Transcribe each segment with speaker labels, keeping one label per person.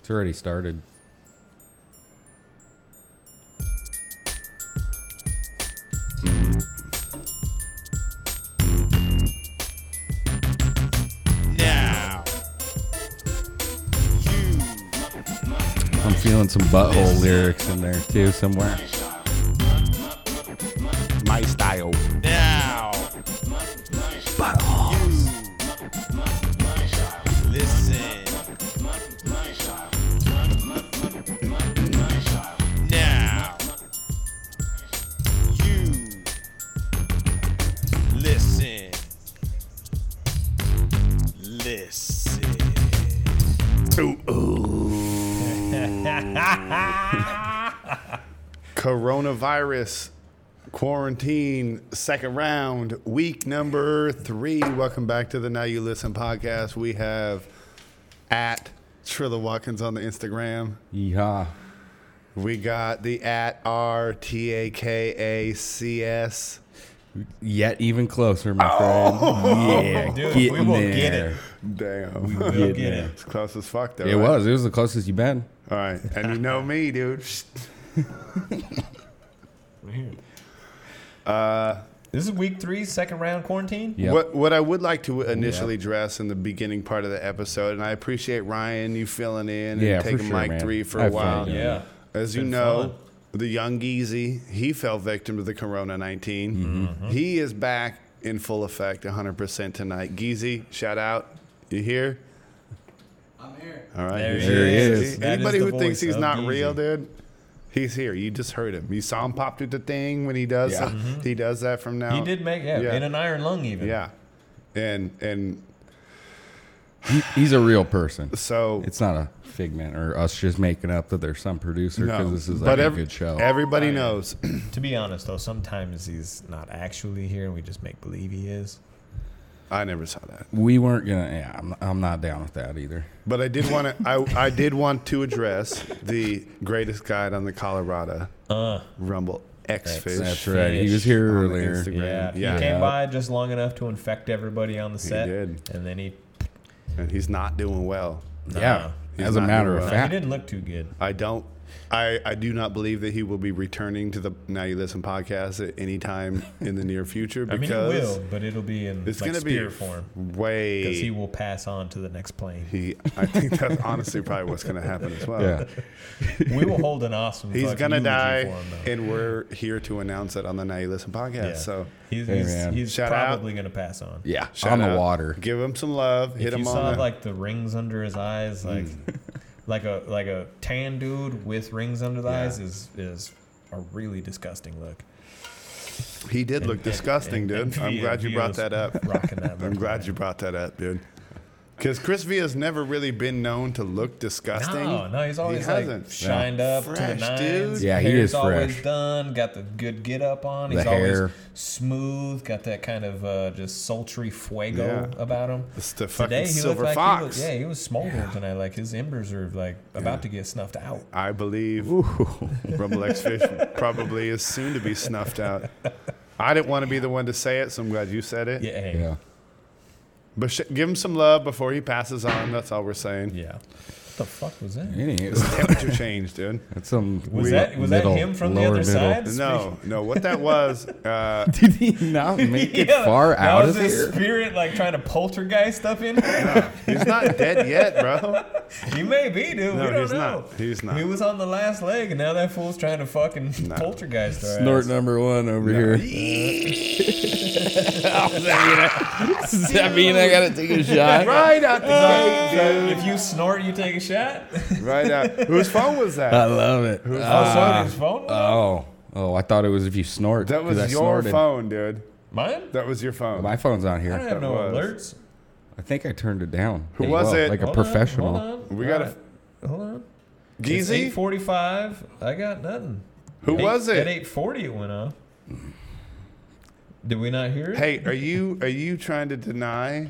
Speaker 1: It's already started.
Speaker 2: Now. You.
Speaker 1: I'm feeling some butthole lyrics in there too somewhere.
Speaker 3: My style.
Speaker 2: Now. You. Listen. Now. You. Listen. Listen.
Speaker 4: Coronavirus quarantine second round week number three. Welcome back to the Now You Listen podcast. We have at Trilla Watkins on the Instagram.
Speaker 1: Yeehaw.
Speaker 4: We got the at R T A K A C S.
Speaker 1: Yet even closer,
Speaker 4: Oh.
Speaker 1: my friend. Yeah,
Speaker 2: Dude,
Speaker 1: getting
Speaker 2: we will
Speaker 1: there.
Speaker 2: get it.
Speaker 4: Damn,
Speaker 2: We'll
Speaker 1: Getting
Speaker 2: get
Speaker 1: there.
Speaker 2: it.
Speaker 4: it's close as fuck though.
Speaker 1: It
Speaker 4: right?
Speaker 1: was. It was the closest you've been.
Speaker 4: All right, and you know me, dude.
Speaker 2: Uh, This is week three, second round quarantine.
Speaker 1: Yep.
Speaker 4: What what I would like to initially address in the beginning part of the episode, and I appreciate Ryan you filling in and
Speaker 1: Yeah, for
Speaker 4: taking
Speaker 1: sure,
Speaker 4: mic
Speaker 1: man.
Speaker 4: three for
Speaker 1: I
Speaker 4: a
Speaker 1: feel
Speaker 4: while.
Speaker 1: you.
Speaker 2: Yeah.
Speaker 4: As you
Speaker 2: Been
Speaker 4: know, the young Geezy he fell victim to the Corona 19
Speaker 1: Mm-hmm.
Speaker 4: He is back in full effect, 100 percent tonight. Geezy, shout out. You here? I'm here. All right.
Speaker 2: There
Speaker 4: he's
Speaker 2: he
Speaker 4: here.
Speaker 1: is.
Speaker 4: See,
Speaker 2: That is
Speaker 4: Anybody
Speaker 2: the
Speaker 4: who thinks
Speaker 2: voice
Speaker 4: he's
Speaker 2: of
Speaker 4: not real,
Speaker 2: Geezy.
Speaker 4: dude. He's here. You just heard him. You saw him pop through the thing when he does.
Speaker 1: Yeah. Mm-hmm.
Speaker 4: He does that from now.
Speaker 2: He did make yeah,
Speaker 4: Yeah.
Speaker 2: in an iron lung even.
Speaker 4: Yeah, and and
Speaker 1: He, he's a real person.
Speaker 4: so
Speaker 1: It's not a figment or us just making up that there's some producer because this is like
Speaker 4: but
Speaker 1: a
Speaker 4: ev-
Speaker 1: good show. Oh,
Speaker 4: Everybody knows.
Speaker 2: To be honest though, sometimes he's not actually here and we just make believe he is.
Speaker 4: I never saw that,
Speaker 1: we weren't gonna. Yeah, I'm, I'm not down with that either.
Speaker 4: but I did want to. I I did want to address the greatest guide on the Colorado Rumble X Fish.
Speaker 1: That's right. He was
Speaker 4: on
Speaker 1: here
Speaker 4: the
Speaker 1: earlier.
Speaker 4: Instagram.
Speaker 2: Yeah.
Speaker 4: Yeah,
Speaker 2: He came by just long enough to infect everybody on the set.
Speaker 4: did.
Speaker 2: And then he
Speaker 4: and he's not doing well.
Speaker 1: Yeah.
Speaker 4: He's
Speaker 1: As a
Speaker 4: not
Speaker 1: matter
Speaker 4: doing
Speaker 1: of
Speaker 4: well.
Speaker 2: no, he
Speaker 1: fact,
Speaker 2: didn't look too good.
Speaker 4: I don't. I, I do not believe that he will be returning to the Now You Listen podcast at any time in the near future
Speaker 2: I mean
Speaker 4: because
Speaker 2: he will, but it'll be in
Speaker 4: it's
Speaker 2: like
Speaker 4: going to be
Speaker 2: spirit form.
Speaker 4: way
Speaker 2: Because he will pass on to the next plane.
Speaker 4: He, I think that's honestly probably what's going to happen as well.
Speaker 1: yeah,
Speaker 2: We will hold an awesome.
Speaker 4: He's
Speaker 2: fucking
Speaker 4: going
Speaker 2: eulogy
Speaker 4: to die,
Speaker 2: for him, though.
Speaker 4: and we're here to announce it on the Now You Listen podcast.
Speaker 2: Yeah.
Speaker 4: So
Speaker 2: he's,
Speaker 1: Hey,
Speaker 2: he's,
Speaker 1: man.
Speaker 2: he's
Speaker 4: Shout out.
Speaker 2: probably going to pass on.
Speaker 1: yeah,
Speaker 4: shout
Speaker 1: on
Speaker 4: out.
Speaker 1: the water.
Speaker 4: Give him some love. Hit
Speaker 2: if
Speaker 4: him
Speaker 2: you
Speaker 4: on Hmm.
Speaker 2: saw
Speaker 4: the-
Speaker 2: like the rings under his eyes, like like a like a tan dude with rings under the eyes is is a really disgusting look.
Speaker 4: he did look
Speaker 2: and-
Speaker 4: disgusting,
Speaker 2: and-
Speaker 4: dude.
Speaker 2: and
Speaker 4: I'm
Speaker 2: he-
Speaker 4: glad you
Speaker 2: he
Speaker 4: brought
Speaker 2: was
Speaker 4: that up.
Speaker 2: Rocking that.
Speaker 4: I'm
Speaker 2: look.
Speaker 4: glad you brought that up, dude. Because Chris Villa's never really been known to look disgusting.
Speaker 2: No, no, he's always
Speaker 4: he
Speaker 2: like
Speaker 4: hasn't.
Speaker 2: shined up to the
Speaker 4: Fresh,
Speaker 2: nines.
Speaker 4: dude.
Speaker 1: Yeah, he
Speaker 2: hair's
Speaker 1: is
Speaker 2: always
Speaker 1: fresh.
Speaker 2: done. Got the good get up on.
Speaker 1: The
Speaker 2: He's always
Speaker 1: hair.
Speaker 2: smooth. Got that kind of uh, just sultry fuego
Speaker 4: Yeah.
Speaker 2: about him.
Speaker 4: It's the
Speaker 2: Today
Speaker 4: fucking
Speaker 2: he looked
Speaker 4: silver
Speaker 2: like
Speaker 4: fox.
Speaker 2: he was, yeah, he was smoldering tonight. Like his embers are like about to get snuffed out.
Speaker 4: I believe Rumble X Fish probably is soon to be snuffed out. I didn't want to be the one to say it, so I'm glad you said it.
Speaker 2: Yeah, hey,
Speaker 1: Yeah,
Speaker 4: But sh- give him some love before he passes on. That's all we're saying.
Speaker 2: yeah. What the fuck was that?
Speaker 1: anyways,
Speaker 4: Temperature change, dude.
Speaker 1: that's some.
Speaker 2: Was
Speaker 1: weird
Speaker 2: that was that
Speaker 1: middle-
Speaker 2: him from the
Speaker 1: lower
Speaker 2: other
Speaker 1: middle.
Speaker 2: side?
Speaker 4: No, no. What that was, uh,
Speaker 1: Did he not make it
Speaker 2: Yeah,
Speaker 1: far
Speaker 2: that
Speaker 1: out
Speaker 2: was
Speaker 1: of
Speaker 2: his
Speaker 1: here?
Speaker 2: spirit like trying to poltergeist stuff in.
Speaker 4: he's not dead yet, bro.
Speaker 2: he may be, dude. we
Speaker 4: No,
Speaker 2: don't
Speaker 4: he's
Speaker 2: know.
Speaker 4: not. He's not.
Speaker 2: He was on the last leg, and now that fool's trying to fucking poltergeist our
Speaker 1: Snort
Speaker 2: ass.
Speaker 1: number one over here. Does that mean I gotta take a shot?
Speaker 4: Right out the gate,
Speaker 2: If you snort, you take a shot.
Speaker 1: Uh,
Speaker 4: dude. Right out. Whose phone was that?
Speaker 1: I love it.
Speaker 2: oh,
Speaker 1: Uh,
Speaker 2: sorry, his phone.
Speaker 1: oh, oh, I thought it was if you snort.
Speaker 4: that
Speaker 1: 'cause I
Speaker 4: was your
Speaker 1: snorted.
Speaker 4: phone, dude.
Speaker 2: Mine.
Speaker 4: That was your phone.
Speaker 1: My phone's on
Speaker 2: I don't
Speaker 1: here.
Speaker 2: have no
Speaker 4: was.
Speaker 2: alerts.
Speaker 1: I think I turned it down. Who
Speaker 4: was it?
Speaker 1: Like a
Speaker 2: Hold on,
Speaker 1: professional.
Speaker 2: hold on.
Speaker 4: We got a-
Speaker 2: All right, Hold on. It's
Speaker 4: Geezy.
Speaker 2: 8:45. I got nothing.
Speaker 4: Who
Speaker 2: Eight-
Speaker 4: was
Speaker 2: At
Speaker 4: it?
Speaker 2: 8:40, it went off. Did we not hear it?
Speaker 4: Hey, are you are you trying to deny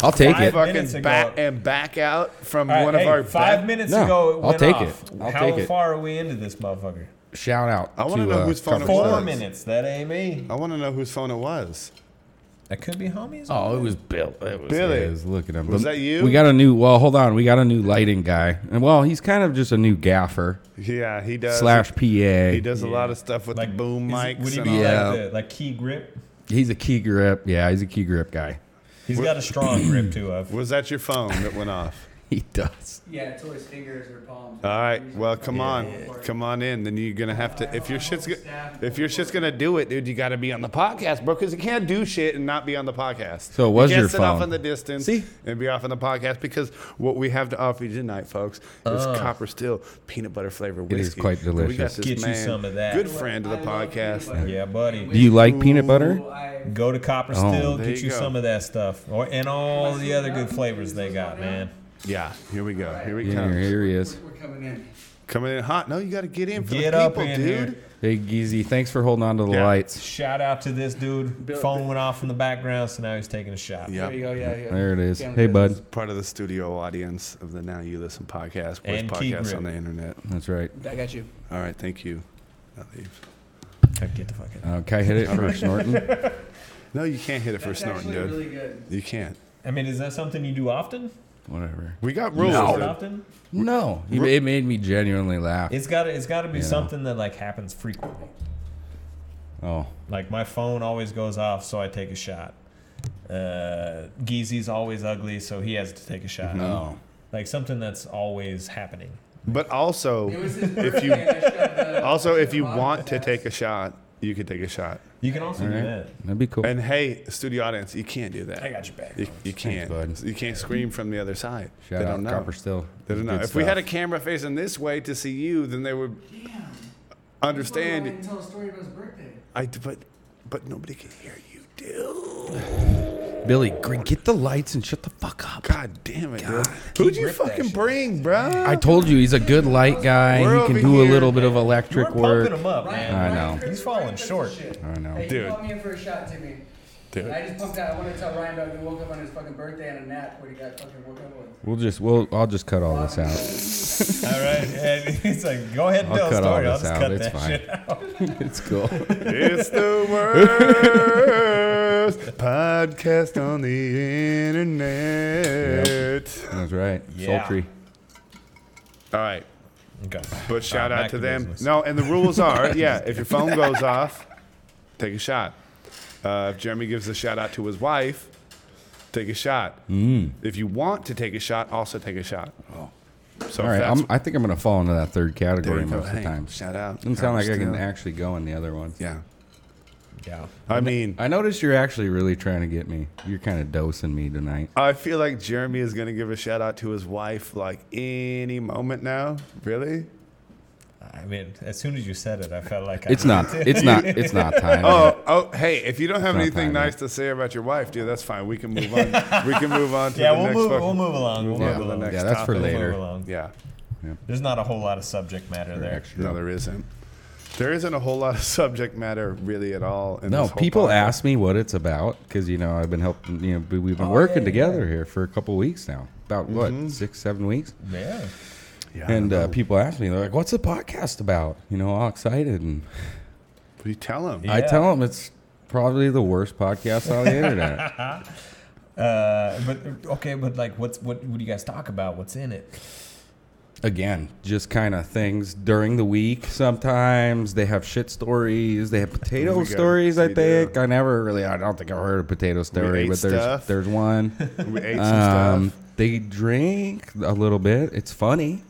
Speaker 1: I'll take it.
Speaker 2: Five- minutes
Speaker 4: fucking
Speaker 2: ago.
Speaker 4: back and back out from
Speaker 2: All right,
Speaker 4: one
Speaker 2: hey,
Speaker 4: of our
Speaker 2: five
Speaker 4: best-
Speaker 2: minutes
Speaker 1: No,
Speaker 2: ago. It
Speaker 1: I'll
Speaker 2: went
Speaker 1: take
Speaker 2: off.
Speaker 1: it. I'll
Speaker 2: How
Speaker 1: take it.
Speaker 2: far are we into this motherfucker?
Speaker 1: Shout out.
Speaker 4: I wanna
Speaker 1: to,
Speaker 4: know
Speaker 1: uh,
Speaker 4: whose phone it
Speaker 1: Cover
Speaker 4: was.
Speaker 2: Four
Speaker 1: Story.
Speaker 2: minutes. That ain't me.
Speaker 4: I want to know whose phone it was.
Speaker 2: That could be homies.
Speaker 1: Oh, it was Bill. It was
Speaker 4: Billy.
Speaker 1: his. Look at him.
Speaker 4: Was
Speaker 1: But
Speaker 4: that you?
Speaker 1: We got a new. Well, hold on. We got a new lighting guy, and well, he's kind of just a new gaffer
Speaker 4: Yeah, he does.
Speaker 1: slash PA.
Speaker 4: He does a lot of stuff with the
Speaker 2: is
Speaker 4: boom
Speaker 2: it-
Speaker 4: mics.
Speaker 2: Would he
Speaker 4: and
Speaker 2: be
Speaker 4: all.
Speaker 1: Yeah.
Speaker 2: like the like key grip?
Speaker 1: He's a key grip. Yeah, he's a key grip guy.
Speaker 2: He's got a strong grip too. Of
Speaker 4: Was that your phone that went off?
Speaker 1: He does.
Speaker 3: Yeah, it's always fingers or palms.
Speaker 4: All right. Well, come on, come on in. Then you're gonna have to. If your shit's go- if your shit's gonna do it, dude, you gotta be on the podcast, bro. Because you can't do shit and not be on the podcast.
Speaker 1: So it was
Speaker 4: you can't
Speaker 1: your
Speaker 4: sit
Speaker 1: phone.
Speaker 4: off in the distance
Speaker 1: See?
Speaker 4: and be off on the podcast because what we have to offer you tonight, folks, is Copper Still peanut butter flavored
Speaker 1: It
Speaker 4: whiskey.
Speaker 1: is quite
Speaker 4: And We got
Speaker 1: delicious.
Speaker 4: this
Speaker 2: Get you
Speaker 4: man,
Speaker 2: some of that.
Speaker 4: Good friend of the podcast.
Speaker 2: yeah, buddy.
Speaker 1: Do you like peanut butter?
Speaker 3: I,
Speaker 2: Go to Copper
Speaker 1: Oh,
Speaker 2: Still,
Speaker 4: there
Speaker 2: get
Speaker 4: you
Speaker 2: you
Speaker 4: go.
Speaker 2: some of that stuff, or and all the other good flavors they got, man.
Speaker 4: Yeah. Here we go. Here we
Speaker 1: Yeah,
Speaker 4: come.
Speaker 1: here he is.
Speaker 3: we're coming in.
Speaker 4: Coming in hot. No, you gotta get in for
Speaker 2: Get
Speaker 4: the
Speaker 2: up
Speaker 4: people,
Speaker 2: in
Speaker 4: dude.
Speaker 2: here.
Speaker 1: Hey, Geezy, thanks for holding on to the
Speaker 4: Yeah.
Speaker 1: lights.
Speaker 2: Shout out to this dude. Phone went off in the background, so now he's taking a shot.
Speaker 4: Yeah.
Speaker 3: There you go. Yeah, yeah.
Speaker 1: There it is.
Speaker 3: Family
Speaker 1: Hey,
Speaker 3: business.
Speaker 1: bud.
Speaker 4: Part of the studio audience of the Now You Listen podcast, worst
Speaker 2: And Keith
Speaker 4: podcast
Speaker 2: Grip.
Speaker 4: on the internet.
Speaker 1: That's right.
Speaker 3: I got you.
Speaker 4: All right, thank you. I'll leave.
Speaker 2: Get the fuck out.
Speaker 1: Uh, can I hit it for snorting?
Speaker 4: No, you can't hit it for
Speaker 3: That's
Speaker 4: snorting,
Speaker 3: actually
Speaker 4: dude.
Speaker 3: really good.
Speaker 4: you can't.
Speaker 2: I mean, is that something you do often?
Speaker 1: Whatever.
Speaker 4: We got rules.
Speaker 2: Is
Speaker 4: dude.
Speaker 2: it often?
Speaker 1: No, You- it made me genuinely laugh.
Speaker 2: It's got to it's got to be something that like happens frequently.
Speaker 1: Oh,
Speaker 2: Like my phone always goes off, so I take a shot. Uh, Geezy's always ugly, so he has to take a shot.
Speaker 4: Oh,
Speaker 2: Oh.
Speaker 1: no.
Speaker 2: Like something that's always happening.
Speaker 4: But also,
Speaker 3: It was his
Speaker 4: if
Speaker 3: birthday.
Speaker 4: you
Speaker 3: and I shoved the-
Speaker 4: also if you
Speaker 3: Vodka
Speaker 4: want to
Speaker 3: sauce.
Speaker 4: take a shot, you can take a shot.
Speaker 2: You can also
Speaker 1: All
Speaker 2: do
Speaker 1: right.
Speaker 2: that.
Speaker 1: That'd be cool.
Speaker 4: And hey, studio audience, you can't do
Speaker 2: I
Speaker 4: that.
Speaker 2: got your back.
Speaker 4: You, you can't.
Speaker 1: bud.
Speaker 4: You can't scream from the other side.
Speaker 1: Shout
Speaker 4: they
Speaker 1: out
Speaker 4: don't know.
Speaker 1: Copper Still.
Speaker 4: They don't know.
Speaker 1: Good
Speaker 4: If we had a
Speaker 1: stuff.
Speaker 4: camera facing this way to see you, then they would understand.
Speaker 3: He told a story about his birthday.
Speaker 4: I but but nobody can hear you, dude.
Speaker 1: Billy, Green, get the lights and shut the fuck up.
Speaker 4: God damn it, dude. Who'd you fucking bring, bro?
Speaker 1: I told you he's a good light guy.
Speaker 4: We're
Speaker 1: he can
Speaker 4: over
Speaker 1: do a
Speaker 4: here.
Speaker 1: little bit of
Speaker 2: You
Speaker 1: electric
Speaker 2: weren't
Speaker 1: work.
Speaker 2: pumping him up,
Speaker 3: Ryan-
Speaker 2: man.
Speaker 1: I
Speaker 3: Ryan
Speaker 1: know.
Speaker 3: Chris-
Speaker 2: He's falling
Speaker 3: Ryan Chris
Speaker 2: short.
Speaker 3: shit.
Speaker 1: I know.
Speaker 3: Hey,
Speaker 4: Oh, Dude.
Speaker 3: He called me in for a shot, Timmy. And I
Speaker 4: Dude,
Speaker 3: just pumped out. I wanted to tell Ryan about he woke up on his fucking birthday on a nap when he got fucking woke up with.
Speaker 1: We'll just we'll I'll just cut all this out.
Speaker 2: All right. And he's like, go ahead and
Speaker 1: I'll cut
Speaker 2: tell a
Speaker 1: all
Speaker 2: story. I'll
Speaker 1: this
Speaker 2: just
Speaker 1: out. It's
Speaker 2: cut that
Speaker 1: fine.
Speaker 2: shit out.
Speaker 1: it's cool.
Speaker 4: it's the worst podcast on the internet.
Speaker 1: That's right.
Speaker 2: Yeah.
Speaker 1: Sultry.
Speaker 4: All right,
Speaker 2: Okay.
Speaker 4: but shout
Speaker 2: Uh,
Speaker 4: out
Speaker 2: back
Speaker 4: to
Speaker 2: to
Speaker 4: them.
Speaker 2: business.
Speaker 4: No, and the rules are yeah, if your phone goes off, take a shot. Uh, if Jeremy gives a shout out to his wife, take a shot.
Speaker 1: Mm.
Speaker 4: If you want to take a shot, also take a shot. So
Speaker 1: Oh. All right. I'm, I think I'm gonna fall into that third category
Speaker 4: you go.
Speaker 1: most of the
Speaker 4: Hey,
Speaker 1: time.
Speaker 4: shout out.
Speaker 1: Doesn't sound like I can
Speaker 4: Still.
Speaker 1: actually go in the other one.
Speaker 4: yeah.
Speaker 2: Yeah.
Speaker 4: I mean,
Speaker 1: I noticed you're actually really trying to get me. You're kind of dosing me tonight.
Speaker 4: I feel like Jeremy is gonna give a shout out to his wife like any moment now. Really?
Speaker 2: I mean, as soon as you said it, I felt like I
Speaker 1: It's not. It's not. It's not time.
Speaker 4: Oh, oh, hey! If you don't have
Speaker 1: not
Speaker 4: anything
Speaker 1: time
Speaker 4: nice to say about your wife, dude, that's fine. We can move on. we can move on to
Speaker 2: Yeah,
Speaker 4: the
Speaker 2: we'll
Speaker 4: next
Speaker 2: move,
Speaker 4: fucking-
Speaker 2: we'll move along. We'll
Speaker 4: on
Speaker 2: move
Speaker 4: to the
Speaker 2: along.
Speaker 4: next
Speaker 1: yeah, that's for
Speaker 2: We'll move
Speaker 4: topic.
Speaker 1: later.
Speaker 2: along.
Speaker 4: Yeah.
Speaker 2: There's not a whole lot of subject matter there.
Speaker 4: No, there isn't. There isn't a whole lot of subject matter really at all. In
Speaker 1: No,
Speaker 4: this whole
Speaker 1: people
Speaker 4: podcast.
Speaker 1: ask me what it's about because you know I've been helping. You know, we- we've been
Speaker 2: Oh,
Speaker 1: working
Speaker 2: yeah,
Speaker 1: together here for a couple weeks now. About what six, seven weeks.
Speaker 2: Yeah.
Speaker 4: Mm-hmm. Yeah, I
Speaker 1: And
Speaker 4: don't
Speaker 1: uh,
Speaker 4: know.
Speaker 1: people ask me, they're like, "What's the podcast about?" You know, all excited, and
Speaker 4: What do you tell them?
Speaker 1: I
Speaker 2: Yeah.
Speaker 1: tell them it's probably the worst podcast on the internet.
Speaker 2: Uh, but okay, but like, what's what? What do you guys talk about? What's in it?
Speaker 1: Again, just kind of things during the week. Sometimes they have shit stories. They have potato
Speaker 4: We got-
Speaker 1: stories. I
Speaker 4: we do.
Speaker 1: think I never really. I don't think I've heard a potato story,
Speaker 4: ate
Speaker 1: but there's
Speaker 4: stuff.
Speaker 1: there's one.
Speaker 4: we ate some
Speaker 1: Um,
Speaker 4: stuff.
Speaker 1: they drink a little bit. It's funny.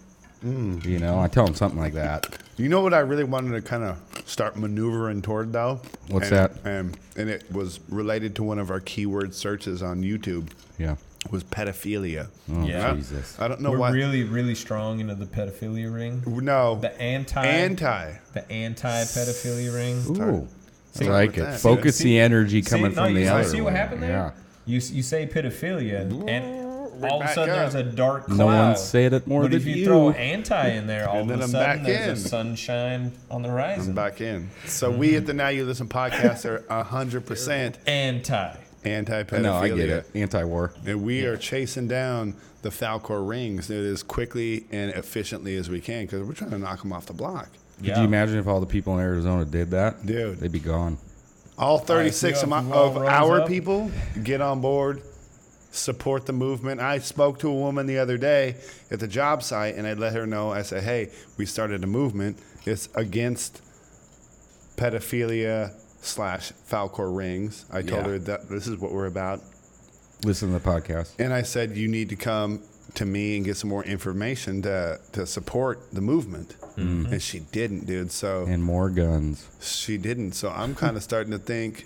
Speaker 4: Mm.
Speaker 1: You know, I tell them something like that.
Speaker 4: You know what I really wanted to kind of start maneuvering toward though?
Speaker 1: What's
Speaker 4: And-
Speaker 1: that?
Speaker 4: And, and it was related to one of our keyword searches on YouTube
Speaker 1: Yeah. Oh,
Speaker 4: was pedophilia.
Speaker 2: Yeah.
Speaker 1: Jesus.
Speaker 4: I don't know
Speaker 2: We're
Speaker 4: why.
Speaker 2: really, really strong into the pedophilia ring.
Speaker 4: no.
Speaker 2: The anti,
Speaker 4: anti.
Speaker 2: the anti-pedophilia ring.
Speaker 1: Ooh. I
Speaker 4: Start
Speaker 1: like
Speaker 4: with
Speaker 1: it.
Speaker 4: that.
Speaker 1: Focus
Speaker 2: See-
Speaker 1: the energy
Speaker 2: See-
Speaker 1: coming
Speaker 2: no,
Speaker 1: from the
Speaker 2: you see-
Speaker 1: other.
Speaker 2: See what
Speaker 1: one.
Speaker 2: happened there?
Speaker 1: Yeah.
Speaker 2: You s- you say pedophilia, and all of a
Speaker 4: back
Speaker 2: sudden
Speaker 4: up.
Speaker 2: there's a dark cloud.
Speaker 1: No one said it more
Speaker 2: But
Speaker 1: than
Speaker 2: if you,
Speaker 1: you.
Speaker 2: throw anti in there, all
Speaker 4: And
Speaker 2: of
Speaker 4: then
Speaker 2: a
Speaker 4: I'm
Speaker 2: sudden
Speaker 4: back
Speaker 2: there's
Speaker 4: in.
Speaker 2: a sunshine on the
Speaker 4: I'm
Speaker 2: horizon.
Speaker 4: back in. So we at the Now You Listen podcast are 100%
Speaker 2: Anti.
Speaker 4: anti-pedophilia.
Speaker 1: No, I get it. Anti-war.
Speaker 4: And we are chasing down the Falcor rings dude, as quickly and efficiently as we can because we're trying to knock them off the block.
Speaker 1: Could you imagine if all the people in Arizona did that?
Speaker 4: Dude.
Speaker 1: They'd be gone.
Speaker 4: All 36
Speaker 2: All right,
Speaker 4: of,
Speaker 2: if
Speaker 4: my,
Speaker 2: you all
Speaker 4: of
Speaker 2: rose
Speaker 4: our
Speaker 2: up.
Speaker 4: people get on board, support the movement. I spoke to a woman the other day at the job site, and I let her know. I said, "Hey, we started a movement. It's against pedophilia slash Falcor rings." I told
Speaker 1: Yeah.
Speaker 4: her that this is what we're about,
Speaker 1: Listen to the podcast.
Speaker 4: and I said, "You need to come." To me and get some more information to to support the movement,
Speaker 2: Mm-hmm.
Speaker 4: and she didn't, dude. So
Speaker 1: And more guns.
Speaker 4: she didn't. So I'm kind of starting to think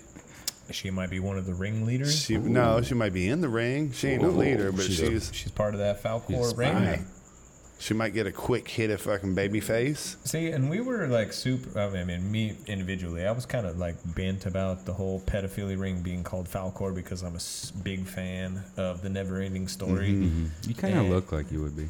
Speaker 2: She might be one of the ringleaders.
Speaker 4: She no, she might be in the ring. She ain't a leader, but
Speaker 1: Oh, She's
Speaker 4: she's,
Speaker 1: a-
Speaker 2: She's part of that
Speaker 1: She's a
Speaker 2: Falcor
Speaker 1: spy.
Speaker 2: ring.
Speaker 4: she might get a quick hit of fucking babyface.
Speaker 2: See, and we were like super. I mean, me individually, I was kind of like bent about the whole pedophilia ring being called Falcor because I'm a s- big fan of the Never-Ending Story.
Speaker 1: You kind of
Speaker 2: And-
Speaker 1: look like you would be.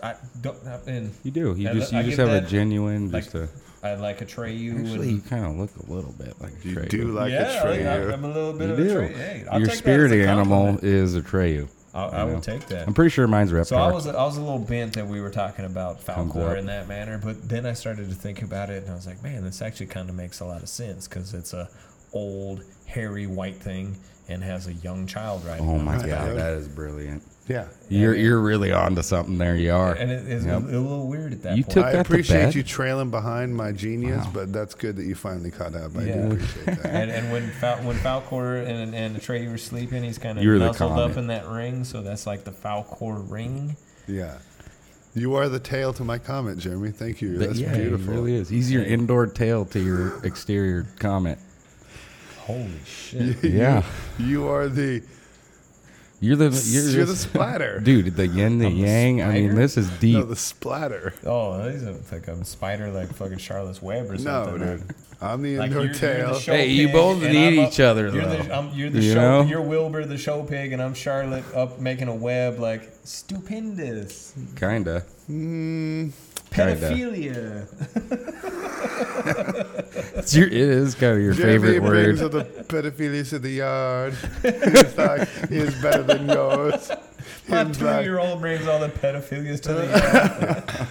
Speaker 2: I don't. I, and
Speaker 1: You do. You
Speaker 2: I
Speaker 1: just
Speaker 2: li- I
Speaker 1: you just
Speaker 2: give
Speaker 1: have a
Speaker 2: that,
Speaker 1: genuine
Speaker 2: like,
Speaker 1: just a.
Speaker 2: I like Atreyu.
Speaker 1: Actually, you
Speaker 2: and,
Speaker 1: kind of look a little bit like
Speaker 4: You
Speaker 1: Atreyu.
Speaker 4: do like
Speaker 2: yeah,
Speaker 4: a
Speaker 2: I- I'm,
Speaker 4: traitor.
Speaker 2: I'm a little bit
Speaker 1: You
Speaker 2: of
Speaker 1: do.
Speaker 2: Atreyu. Hey, I'll
Speaker 1: Your
Speaker 2: take that as a
Speaker 1: spirit animal
Speaker 2: compliment.
Speaker 1: is Atreyu.
Speaker 2: I, I
Speaker 1: you know.
Speaker 2: will take that.
Speaker 1: I'm pretty sure mine's Reptar.
Speaker 2: So I was I was a little bent that we were talking about
Speaker 1: Comes up.
Speaker 2: Falcor in that manner, but then I started to think about it, and I was like, man, this actually kind of makes a lot of sense because it's a old hairy white thing and has a young child riding.
Speaker 1: oh
Speaker 2: on
Speaker 1: my
Speaker 2: it.
Speaker 1: god, that is brilliant.
Speaker 4: Yeah,
Speaker 1: You're you're really on to something there. You are.
Speaker 2: And it is
Speaker 1: Yep.
Speaker 2: a little weird at that
Speaker 1: You
Speaker 2: point.
Speaker 1: took-
Speaker 4: I
Speaker 1: that to
Speaker 4: appreciate
Speaker 1: bed?
Speaker 4: you trailing behind my genius,
Speaker 1: Wow.
Speaker 4: but that's good that you finally caught up. I
Speaker 2: Yeah.
Speaker 4: do appreciate that.
Speaker 2: and, and when Fal- when Falcor and and Atreyu were sleeping, he's kind of
Speaker 1: You were the
Speaker 2: nuzzled
Speaker 1: comet.
Speaker 2: up in that ring, so that's like the Falcor ring.
Speaker 4: Yeah, you are the tail to my comment, Jeremy. Thank you.
Speaker 1: But
Speaker 4: That's
Speaker 1: yeah,
Speaker 4: beautiful.
Speaker 1: It really is. He's your indoor tail to your exterior comment.
Speaker 2: Holy shit!
Speaker 1: Yeah.
Speaker 4: You are the
Speaker 1: You're the
Speaker 4: you're,
Speaker 1: you're,
Speaker 4: the
Speaker 1: just-
Speaker 4: splatter.
Speaker 1: dude. The yin, the
Speaker 2: I'm a
Speaker 1: yang. I mean,
Speaker 2: spider?
Speaker 1: this is deep.
Speaker 4: No, the splatter.
Speaker 2: Oh, he's a, like a spider, like fucking Charlotte's Web or
Speaker 4: No,
Speaker 2: something.
Speaker 4: dude. I'm the
Speaker 2: Like
Speaker 4: indoor
Speaker 2: you're- you're
Speaker 4: tail.
Speaker 2: the show
Speaker 1: Hey, you
Speaker 2: pig,
Speaker 1: both
Speaker 2: and
Speaker 1: need
Speaker 2: I'm
Speaker 1: each other,
Speaker 2: You're
Speaker 1: though.
Speaker 2: the, I'm, you're the
Speaker 1: You know?
Speaker 2: show. You're Wilbur, the show pig, and I'm Charlotte, up making a web like stupendous
Speaker 1: Kinda.
Speaker 4: Mm.
Speaker 1: Kinda.
Speaker 2: pedophilia.
Speaker 1: It's your, it is kind of your
Speaker 4: Jeremy
Speaker 1: favorite word.
Speaker 4: brings the pedophilia to the yard. His dog is better than yours.
Speaker 2: My
Speaker 4: His dog-
Speaker 2: two-year-old brings all the pedophilias to the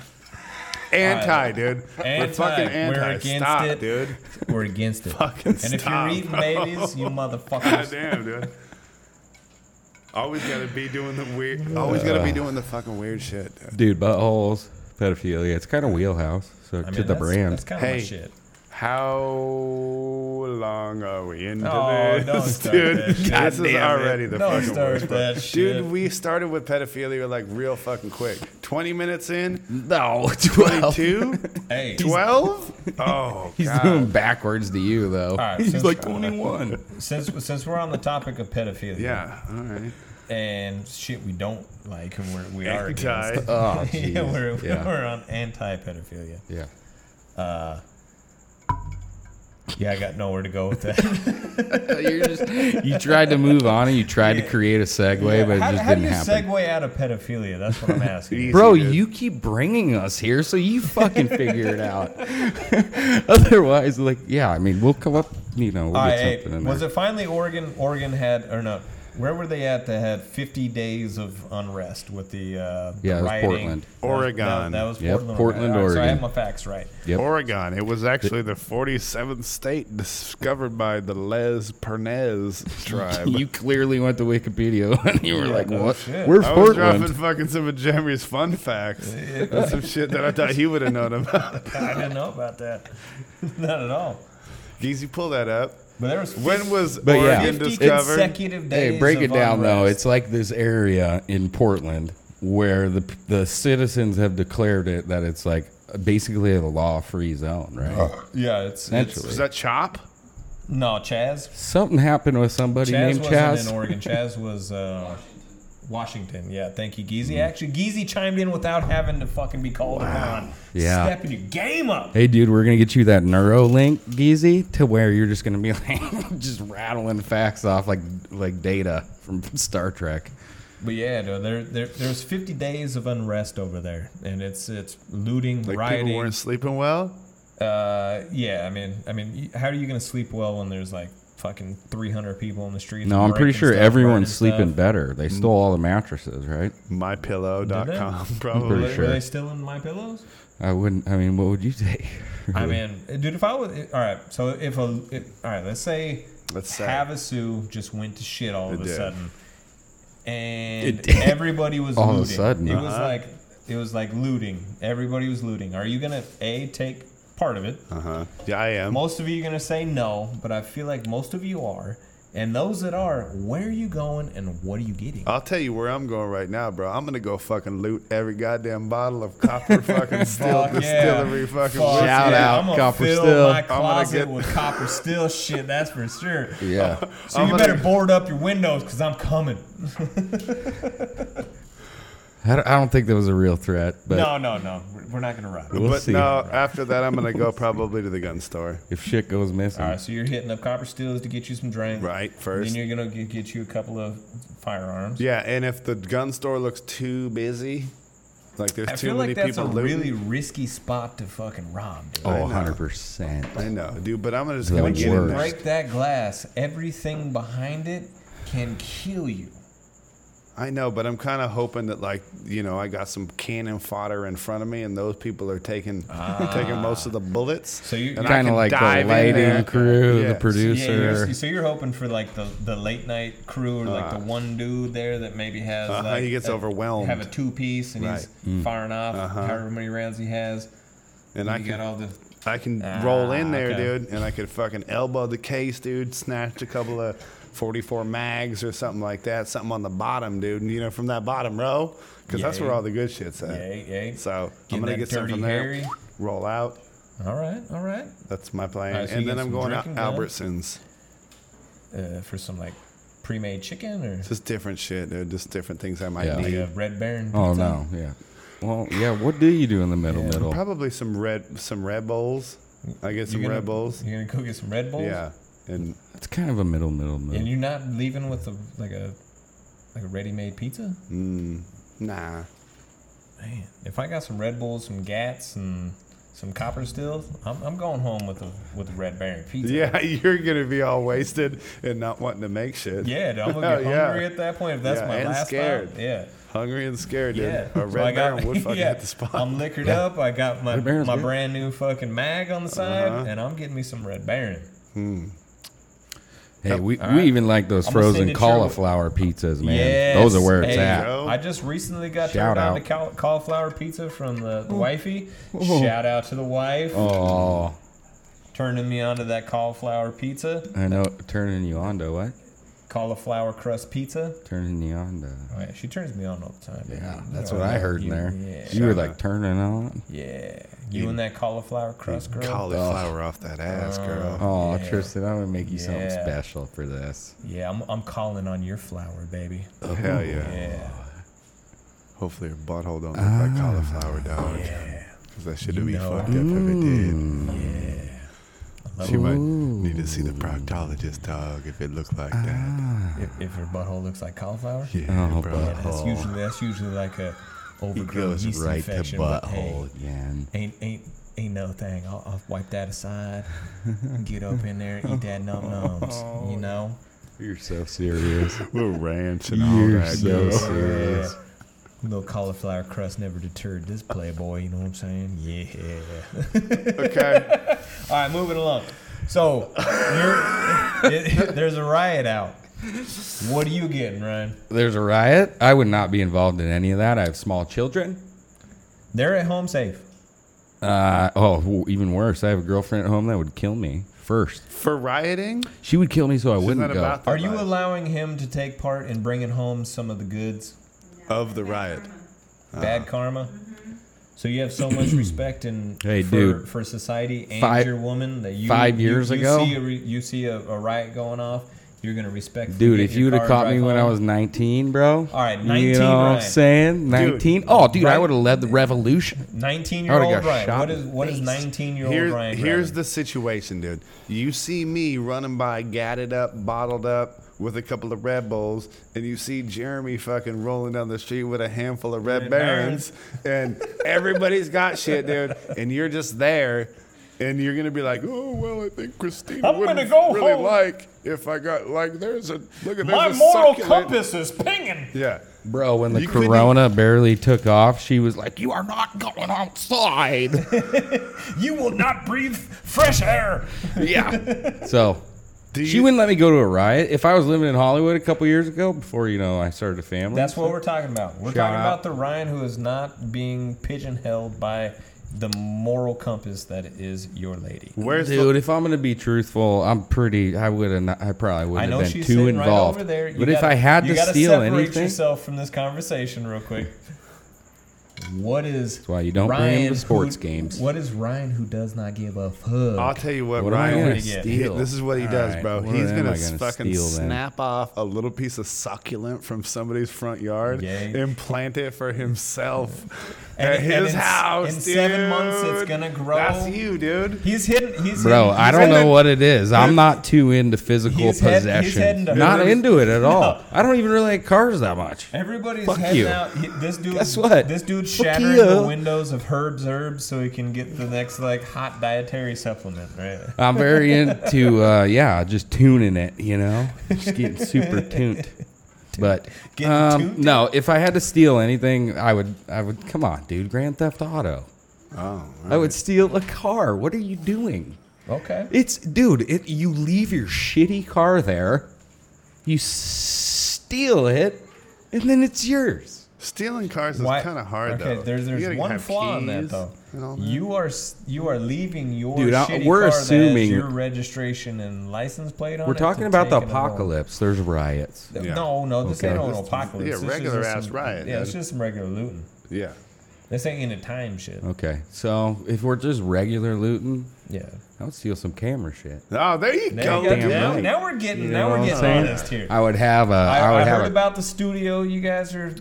Speaker 4: Anti, dude. We're
Speaker 2: Anti.
Speaker 4: fucking
Speaker 2: We're
Speaker 4: anti.
Speaker 2: against
Speaker 4: Stop,
Speaker 2: it.
Speaker 4: dude.
Speaker 2: We're against it.
Speaker 4: Fucking
Speaker 2: and if
Speaker 4: stop,
Speaker 2: you're eating
Speaker 4: bro.
Speaker 2: babies, you motherfuckers.
Speaker 4: Goddamn, dude. Always gotta be doing the weird. Always gotta be doing the fucking weird shit. dude.
Speaker 1: Dude, buttholes, pedophilia. It's kind of wheelhouse. So
Speaker 2: I
Speaker 1: to
Speaker 2: mean,
Speaker 1: the
Speaker 2: that's-
Speaker 1: brand.
Speaker 2: That's kind of
Speaker 4: Hey.
Speaker 2: my shit.
Speaker 4: How long are we into
Speaker 2: Oh,
Speaker 4: this,
Speaker 2: don't start
Speaker 4: dude?
Speaker 2: that shit.
Speaker 4: This is
Speaker 2: Goddamn
Speaker 4: already
Speaker 2: it.
Speaker 4: the
Speaker 2: Don't
Speaker 4: fucking
Speaker 2: start
Speaker 4: worst. bro.
Speaker 2: that shit.
Speaker 4: Dude, we started with pedophilia like real fucking quick. Twenty minutes in,
Speaker 1: no, twelve.
Speaker 4: two.
Speaker 2: Hey,
Speaker 4: 12? Oh,
Speaker 1: He's
Speaker 4: God.
Speaker 1: doing backwards to you though.
Speaker 2: right,
Speaker 1: He's
Speaker 2: since-
Speaker 1: like twenty one.
Speaker 2: since since we're on the topic of pedophilia,
Speaker 4: Yeah, all right.
Speaker 2: and shit we don't like and we're, we are
Speaker 4: Anti.
Speaker 2: against.
Speaker 1: Oh,
Speaker 2: yeah,
Speaker 1: jeez.
Speaker 2: we're,
Speaker 1: yeah.
Speaker 2: we're on anti-pedophilia.
Speaker 1: yeah.
Speaker 2: Yeah, I got nowhere to go with that.
Speaker 1: You're just, you tried to move on and you tried to create a segue, but it
Speaker 2: how,
Speaker 1: just
Speaker 2: how do
Speaker 1: didn't
Speaker 2: you
Speaker 1: happen.
Speaker 2: segue out of pedophilia? That's what I'm asking.
Speaker 1: Bro,
Speaker 4: Easy, dude.
Speaker 1: you keep bringing us here, so you fucking figure it out. Otherwise, like, yeah, I mean, we'll come up, you know, we'll
Speaker 2: All
Speaker 1: get
Speaker 2: right, hey,
Speaker 1: something in
Speaker 2: was
Speaker 1: there.
Speaker 2: it finally Oregon? Oregon had or no? Where were they at that had 50 days of unrest with the uh,
Speaker 1: Yeah, it was
Speaker 2: rioting?
Speaker 1: Portland.
Speaker 2: That was-
Speaker 4: Oregon.
Speaker 2: That, that was
Speaker 1: Yep,
Speaker 2: Portland.
Speaker 1: Portland,
Speaker 2: All right, So I have my
Speaker 1: Oregon.
Speaker 2: facts right.
Speaker 1: Yep.
Speaker 4: Oregon. It was actually the 47th state discovered by the Les Pernes tribe.
Speaker 1: You clearly went to Wikipedia and you were
Speaker 2: Yeah,
Speaker 1: like,
Speaker 2: no
Speaker 1: what?
Speaker 2: shit.
Speaker 1: We're
Speaker 4: I was
Speaker 1: Portland.
Speaker 4: dropping fucking some of Jeremy's fun facts. That's some shit that I thought he would have known about.
Speaker 2: I didn't know about that. Not at all.
Speaker 4: Geezy, pull that up.
Speaker 2: But there was 50,
Speaker 4: When was
Speaker 1: But yeah.
Speaker 4: Oregon
Speaker 2: 50
Speaker 4: discovered?
Speaker 2: consecutive days.
Speaker 1: Hey, break it
Speaker 2: of
Speaker 1: down, though.
Speaker 2: unrest.
Speaker 1: It's like this area in Portland where the, the citizens have declared it that it's like basically a law free zone, right?
Speaker 2: yeah, it's, it's
Speaker 1: Essentially.
Speaker 4: Was that Chop?
Speaker 2: No, Chaz.
Speaker 1: Something happened with somebody
Speaker 2: Chaz
Speaker 1: named
Speaker 2: wasn't in
Speaker 1: Chaz.
Speaker 2: Oregon. Chaz was uh, Washington. Yeah, thank you, Geezy.
Speaker 4: Mm.
Speaker 2: Actually, Geezy chimed in without having to fucking be called upon.
Speaker 1: Yeah.
Speaker 2: Stepping your game up.
Speaker 1: Hey, dude, we're gonna get you that Neuralink, Geezy, to where you're just gonna be like just rattling facts off like like data from Star Trek.
Speaker 2: But yeah, no, there, there, there's 50 days of unrest over there, and it's it's looting,
Speaker 4: Like people
Speaker 2: rioting.
Speaker 4: weren't sleeping well?
Speaker 2: Uh, yeah, I mean, I mean, y- how are you gonna sleep well when there's like fucking 300 people on the streets.
Speaker 1: No, I'm pretty
Speaker 2: breaking
Speaker 1: sure
Speaker 2: stuff, burning
Speaker 1: everyone's sleeping
Speaker 2: stuff.
Speaker 1: better. They stole all the mattresses, right?
Speaker 2: Did they? Were
Speaker 4: mypillow.com
Speaker 1: pretty
Speaker 2: they,
Speaker 4: probably.
Speaker 1: sure.
Speaker 2: were they still in my pillows?
Speaker 1: I wouldn't. I mean, what would you take?
Speaker 2: I mean, dude, if I was all right, so if a if, all right, let's say
Speaker 4: Let's say.
Speaker 2: Havasu just went to shit all of
Speaker 4: It
Speaker 2: a
Speaker 4: did.
Speaker 2: sudden,
Speaker 1: It
Speaker 2: and
Speaker 1: did.
Speaker 2: everybody was
Speaker 1: All of a
Speaker 2: looting.
Speaker 1: sudden.
Speaker 2: it was
Speaker 4: Uh-huh.
Speaker 2: like it was like looting. Everybody was looting. Are you gonna a take part of it?
Speaker 4: Uh huh. Yeah, I am.
Speaker 2: Most of you are gonna say no, but I feel like most of you are. And those that are, where are you going and what are you getting?
Speaker 4: I'll tell you where I'm going right now, bro. I'm gonna go fucking loot every goddamn bottle of copper fucking still
Speaker 2: Fuck yeah.
Speaker 4: distillery fucking
Speaker 2: Fuck
Speaker 4: whiskey.
Speaker 1: Shout
Speaker 2: yeah.
Speaker 1: out
Speaker 2: I'm gonna
Speaker 1: Copper
Speaker 2: fill
Speaker 1: Still.
Speaker 2: My
Speaker 1: I'm
Speaker 4: gonna
Speaker 2: closet
Speaker 4: get-
Speaker 2: with copper still shit. That's for sure.
Speaker 1: Yeah.
Speaker 2: So
Speaker 4: I'm
Speaker 2: you
Speaker 4: gonna-
Speaker 2: better board up your windows because I'm coming.
Speaker 1: I don't, I don't think that was a real threat, but
Speaker 2: no, no, no. We're- We're not gonna ride.
Speaker 1: We'll
Speaker 4: but
Speaker 1: see.
Speaker 4: no, after that, I'm gonna go probably to the gun store.
Speaker 1: if shit goes missing,
Speaker 2: All right, so you're hitting up copper steels to get you some drink.
Speaker 4: Right,
Speaker 2: Then
Speaker 4: first.
Speaker 2: you're gonna get, get you a couple of firearms.
Speaker 4: Yeah, and if the gun store looks too busy, like there's
Speaker 2: I
Speaker 4: too
Speaker 2: feel
Speaker 4: many
Speaker 2: like that's a
Speaker 4: people looting.
Speaker 2: really risky spot to fucking rob. Dude.
Speaker 1: oh,
Speaker 4: I know.
Speaker 1: 100%.
Speaker 4: I know, dude. But I'm gonna just
Speaker 1: The
Speaker 4: gonna
Speaker 2: Once
Speaker 4: get
Speaker 2: you
Speaker 4: in
Speaker 1: worst.
Speaker 4: there.
Speaker 2: break that glass, everything behind it can kill you.
Speaker 4: I know, but I'm kind of hoping that like you know I got some cannon fodder in front of me, and those people are taking taking most of the bullets.
Speaker 2: Ah. So you-
Speaker 4: and I
Speaker 1: Kind of
Speaker 4: can
Speaker 1: like the
Speaker 4: dive in there.
Speaker 1: lighting crew,
Speaker 4: Yeah.
Speaker 1: the producer.
Speaker 2: Yeah, you're, so you're hoping for like the, the late night crew or like the one dude there that maybe has
Speaker 4: Ah. Uh-huh,
Speaker 2: like
Speaker 4: he gets
Speaker 2: a-
Speaker 4: overwhelmed. Mm. Uh-huh.
Speaker 2: Have a two piece and he's firing off however many rounds he has.
Speaker 4: And
Speaker 2: And
Speaker 4: I uh,
Speaker 2: you got
Speaker 4: can
Speaker 2: all the
Speaker 4: I can roll in
Speaker 2: Ah,
Speaker 4: there,
Speaker 2: okay.
Speaker 4: dude, and I could fucking elbow the case, dude, snatch a couple of 44 mags or something like that, something on the bottom, dude, and you know from that bottom row, because that's
Speaker 2: Yeah.
Speaker 4: where all the good shit's at.
Speaker 2: yay yay.
Speaker 4: So
Speaker 2: Getting
Speaker 4: I'm gonna
Speaker 2: that
Speaker 4: get some
Speaker 2: Dirty
Speaker 4: from there,
Speaker 2: Harry.
Speaker 4: roll out.
Speaker 2: All right, all right.
Speaker 4: That's my plan,
Speaker 2: Alright, so you
Speaker 4: and
Speaker 2: get
Speaker 4: then I'm
Speaker 2: some
Speaker 4: going out
Speaker 2: drinking done?
Speaker 4: Albertsons.
Speaker 2: Uh, for some like pre-made chicken or
Speaker 4: Just different shit, dude. Just different things I might
Speaker 1: Yeah.
Speaker 2: like
Speaker 4: need.
Speaker 2: a Red Baron.
Speaker 1: oh,
Speaker 2: pizza.
Speaker 1: no. Yeah. Well, yeah. What do you do in the middle, middle?
Speaker 4: Probably some red some Red Bulls. I get some
Speaker 2: You're gonna,
Speaker 4: Red Bulls.
Speaker 2: You're gonna go get some Red Bulls.
Speaker 4: Yeah, and
Speaker 1: It's kind of a middle, middle, middle.
Speaker 2: And you're not leaving with a like a like a ready-made pizza.
Speaker 4: nah,
Speaker 2: Man, if I got some Red Bulls, some Gats, and some Copper Stills, I'm, I'm going home with a with a Red Baron pizza.
Speaker 4: yeah, you're gonna be all wasted and not wanting to make shit.
Speaker 2: Yeah, dude, I'm gonna get
Speaker 4: Hell yeah.
Speaker 2: hungry at that point if that's
Speaker 4: Yeah,
Speaker 2: my
Speaker 4: and
Speaker 2: last
Speaker 4: scared.
Speaker 2: stop. Yeah,
Speaker 4: hungry and scared, dude.
Speaker 2: yeah.
Speaker 4: A
Speaker 2: So I
Speaker 4: Red
Speaker 2: got-
Speaker 4: Baron would fucking
Speaker 2: yeah,
Speaker 4: hit the spot.
Speaker 2: I'm liquored up. I got my
Speaker 1: Red Baron's
Speaker 2: my
Speaker 1: good.
Speaker 2: brand new fucking mag on the side,
Speaker 4: Uh-huh.
Speaker 2: and I'm getting me some Red Baron.
Speaker 1: hey, we,
Speaker 2: All
Speaker 1: we
Speaker 2: right.
Speaker 1: even like those
Speaker 2: I'm gonna send
Speaker 1: frozen
Speaker 2: it your way.
Speaker 1: cauliflower pizzas, man.
Speaker 2: Yes.
Speaker 1: Those are where it's
Speaker 2: Hey,
Speaker 1: at.
Speaker 4: Joe.
Speaker 2: I just recently got
Speaker 1: Shout
Speaker 2: turned on to
Speaker 1: out.
Speaker 2: cau- cauliflower pizza from the, the wifey. Shout out to the wife
Speaker 1: Oh,
Speaker 2: turning me on to that cauliflower pizza,
Speaker 1: I know. Turning you on to what?
Speaker 2: cauliflower crust pizza.
Speaker 1: Turning you on to.
Speaker 2: Oh, yeah, she turns me on all the time. dude.
Speaker 1: Yeah,
Speaker 2: You
Speaker 1: that's
Speaker 2: know
Speaker 1: what I
Speaker 2: that.
Speaker 1: heard in
Speaker 2: You-
Speaker 1: there.
Speaker 2: Yeah,
Speaker 1: You were like turning on.
Speaker 2: yeah. You and that cauliflower crust girl.
Speaker 4: Cauliflower off that ass,
Speaker 2: Uh,
Speaker 4: girl.
Speaker 1: Oh,
Speaker 2: Yeah.
Speaker 1: Tristan, I'm gonna make you something
Speaker 2: Yeah.
Speaker 1: special for this.
Speaker 2: yeah, I'm, I'm calling on your flower, baby.
Speaker 4: Hell yeah.
Speaker 2: uh, Yeah. Ah,
Speaker 4: Hopefully her butthole don't look like cauliflower, dog. Cause that shit would be
Speaker 2: know. Mm.
Speaker 4: fucked up
Speaker 2: I
Speaker 4: if it did. She might need to see the proctologist, dog, if it looked like
Speaker 2: Ah.
Speaker 4: that.
Speaker 2: If, if your butthole looks like cauliflower,
Speaker 4: Yeah,
Speaker 1: Oh,
Speaker 4: bro.
Speaker 1: but-
Speaker 2: yeah, that's usually that's usually like a
Speaker 4: He
Speaker 2: overgrown
Speaker 4: goes
Speaker 2: yeast
Speaker 4: right to
Speaker 2: infection. but hey,
Speaker 4: butthole.
Speaker 1: Again.
Speaker 2: ain't ain't ain't no thing. I'll, I'll wipe that aside. Get up in there, eat that num nums. You know.
Speaker 1: You're so serious.
Speaker 4: Little ranch and all
Speaker 1: You're
Speaker 4: that.
Speaker 1: so
Speaker 4: girl.
Speaker 1: serious.
Speaker 2: Little cauliflower crust never deterred this playboy. You know what I'm saying? Yeah.
Speaker 4: Okay.
Speaker 2: All right, moving along. So you're, it- there's a riot out. What are you getting, Ryan?
Speaker 1: There's a riot. I would not be involved in any of that. I have small children.
Speaker 2: They're at home safe.
Speaker 1: Uh, oh, w- even worse. I have a girlfriend at home that would kill me first.
Speaker 4: For rioting?
Speaker 1: She would kill me so I
Speaker 4: She's
Speaker 1: wouldn't
Speaker 4: not
Speaker 1: go.
Speaker 4: about that
Speaker 2: Are you
Speaker 4: life.
Speaker 2: allowing him to take part in bringing home some of the goods?
Speaker 4: Of the riot.
Speaker 1: Uh-huh.
Speaker 2: Bad karma. So you have so much respect and
Speaker 1: Hey,
Speaker 2: for,
Speaker 1: dude.
Speaker 2: for society and
Speaker 1: Five-
Speaker 2: your woman that you
Speaker 1: five
Speaker 2: you-
Speaker 1: years
Speaker 2: you
Speaker 1: ago?
Speaker 2: see a re- you see a, a riot going off. You're gonna respect.
Speaker 1: Dude, if you would have caught me when I was 19, bro.
Speaker 2: All right,
Speaker 1: You
Speaker 2: 19,
Speaker 1: know what I'm
Speaker 2: Ryan.
Speaker 1: saying? 19. oh, dude, I
Speaker 2: right-
Speaker 1: would have led the revolution.
Speaker 2: 19
Speaker 1: I
Speaker 2: year
Speaker 1: would've
Speaker 2: old
Speaker 1: got
Speaker 2: Ryan.
Speaker 1: shot
Speaker 2: What
Speaker 1: in
Speaker 2: is what is 19 year
Speaker 4: Here-
Speaker 2: old Ryan?
Speaker 4: here's
Speaker 2: grabbing?
Speaker 4: the situation, dude. You see me running by, gatted up, bottled up with a couple of Red Bulls, and you see Jeremy fucking rolling down the street with a handful of Red
Speaker 2: Red Barons.
Speaker 4: Barons, and everybody's got shit, dude, and you're just there. and you're gonna be like, oh well, I think Christina
Speaker 2: I'm
Speaker 4: would
Speaker 2: gonna go
Speaker 4: really
Speaker 2: home.
Speaker 4: like if I got like there's a look at there's
Speaker 2: My
Speaker 4: a
Speaker 2: moral
Speaker 4: succulent."
Speaker 2: compass is pinging.
Speaker 4: Yeah,
Speaker 1: Bro, when the
Speaker 4: You couldn't
Speaker 1: corona barely took off, she was like, You are not going outside.
Speaker 2: You will not breathe fresh air.
Speaker 1: yeah. So
Speaker 4: Do
Speaker 1: she
Speaker 4: you-
Speaker 1: wouldn't let me go to a riot. If I was living in Hollywood a couple years ago, before you know I started a family.
Speaker 2: That's what we're talking about. We're
Speaker 1: Shout
Speaker 2: talking
Speaker 1: out.
Speaker 2: about the Ryan who is not being pigeonholed by the moral compass that is your lady.
Speaker 4: Where's the-
Speaker 1: Dude, if I'm gonna be truthful, I'm pretty. I would have. I probably
Speaker 2: I
Speaker 1: wouldn't
Speaker 2: know
Speaker 1: have been
Speaker 2: she's
Speaker 1: too
Speaker 2: sitting
Speaker 1: involved.
Speaker 2: right over there. You
Speaker 1: but if
Speaker 2: gotta-
Speaker 1: I had
Speaker 2: you
Speaker 1: to
Speaker 2: gotta
Speaker 1: steal
Speaker 2: separate
Speaker 1: anything,
Speaker 2: yourself from this conversation real quick. What is That's
Speaker 1: why you don't bring him to sports games.
Speaker 2: What is Ryan who does not give a
Speaker 4: I'll
Speaker 2: fuck?
Speaker 4: tell you what,
Speaker 1: what am I
Speaker 4: Ryan.
Speaker 1: gonna
Speaker 2: he- he-
Speaker 1: steal?
Speaker 4: This is what he
Speaker 1: All
Speaker 4: does,
Speaker 1: right,
Speaker 4: bro.
Speaker 1: what
Speaker 4: He's
Speaker 1: am
Speaker 4: gonna,
Speaker 1: I gonna
Speaker 4: fucking
Speaker 1: steal then?
Speaker 4: snap off a little piece of succulent from somebody's front yard
Speaker 2: Yay.
Speaker 4: and plant it for himself
Speaker 2: And-
Speaker 4: at
Speaker 2: and
Speaker 4: his
Speaker 2: in s-
Speaker 4: house.
Speaker 2: in seven months, it's
Speaker 4: dude.
Speaker 2: gonna grow.
Speaker 4: That's you, dude.
Speaker 2: He's hidden. He's
Speaker 1: Bro,
Speaker 2: hidden-
Speaker 1: I
Speaker 2: he's
Speaker 1: don't know
Speaker 2: hidden-
Speaker 1: what it is. I'm not too into physical
Speaker 2: He's head- he's
Speaker 1: possession.
Speaker 2: heading to-
Speaker 1: not
Speaker 2: There's-
Speaker 1: into it at all.
Speaker 2: No.
Speaker 1: I don't even really like cars that much.
Speaker 2: Everybody's
Speaker 1: Fuck
Speaker 2: heading
Speaker 1: you.
Speaker 2: out. He- This dude.
Speaker 1: Guess what?
Speaker 2: This dude's
Speaker 1: Fuck
Speaker 2: shattering
Speaker 1: you.
Speaker 2: the windows of Herb's herbs so he can get the next like hot dietary supplement. Right.
Speaker 1: I'm very into uh, yeah, just tuning it. You know, just getting super tuned. But
Speaker 2: Getting
Speaker 1: um,
Speaker 2: tuned?
Speaker 1: no, if I had to steal anything, I would. I would. Come on, dude. Grand Theft Auto.
Speaker 4: Oh,
Speaker 1: I would steal a car. What are you doing?
Speaker 2: Okay.
Speaker 1: It's dude. It you leave your shitty car there, you steal it, and then it's yours.
Speaker 4: Stealing cars is
Speaker 2: Why-
Speaker 4: kind of hard
Speaker 2: okay,
Speaker 4: though.
Speaker 2: there's
Speaker 4: You
Speaker 2: there's
Speaker 4: gotta
Speaker 2: one
Speaker 4: have
Speaker 2: flaw in that
Speaker 4: keys
Speaker 2: though.
Speaker 4: and all that.
Speaker 2: You are s- you are leaving your
Speaker 1: Dude, I-
Speaker 2: shitty
Speaker 1: we're
Speaker 2: car that has
Speaker 1: assuming-
Speaker 2: your registration and license plate on.
Speaker 1: We're
Speaker 2: it
Speaker 1: talking
Speaker 2: to
Speaker 1: about the
Speaker 2: take it home.
Speaker 1: apocalypse. There's riots.
Speaker 4: Yeah.
Speaker 2: No, no, this ain't
Speaker 1: Okay.
Speaker 2: no apocalypse.
Speaker 4: Yeah,
Speaker 2: This is
Speaker 4: regular
Speaker 2: just
Speaker 4: ass
Speaker 2: some-
Speaker 4: riot,
Speaker 2: Yeah, it's
Speaker 4: dude.
Speaker 2: just some regular looting.
Speaker 4: yeah.
Speaker 2: This ain't into time shit.
Speaker 1: Okay, so if we're just regular looting,
Speaker 2: Yeah.
Speaker 1: I would steal some camera shit.
Speaker 4: Oh, there you
Speaker 2: There
Speaker 4: go.
Speaker 2: you go.
Speaker 1: damn
Speaker 2: Now,
Speaker 1: right.
Speaker 2: now we're getting
Speaker 1: You know
Speaker 2: now
Speaker 1: what
Speaker 2: we're
Speaker 1: I'm
Speaker 2: getting
Speaker 1: saying?
Speaker 2: honest here.
Speaker 1: I would have a.
Speaker 2: I,
Speaker 1: I would
Speaker 2: I
Speaker 1: have
Speaker 2: heard
Speaker 1: a,
Speaker 2: about the studio you guys are,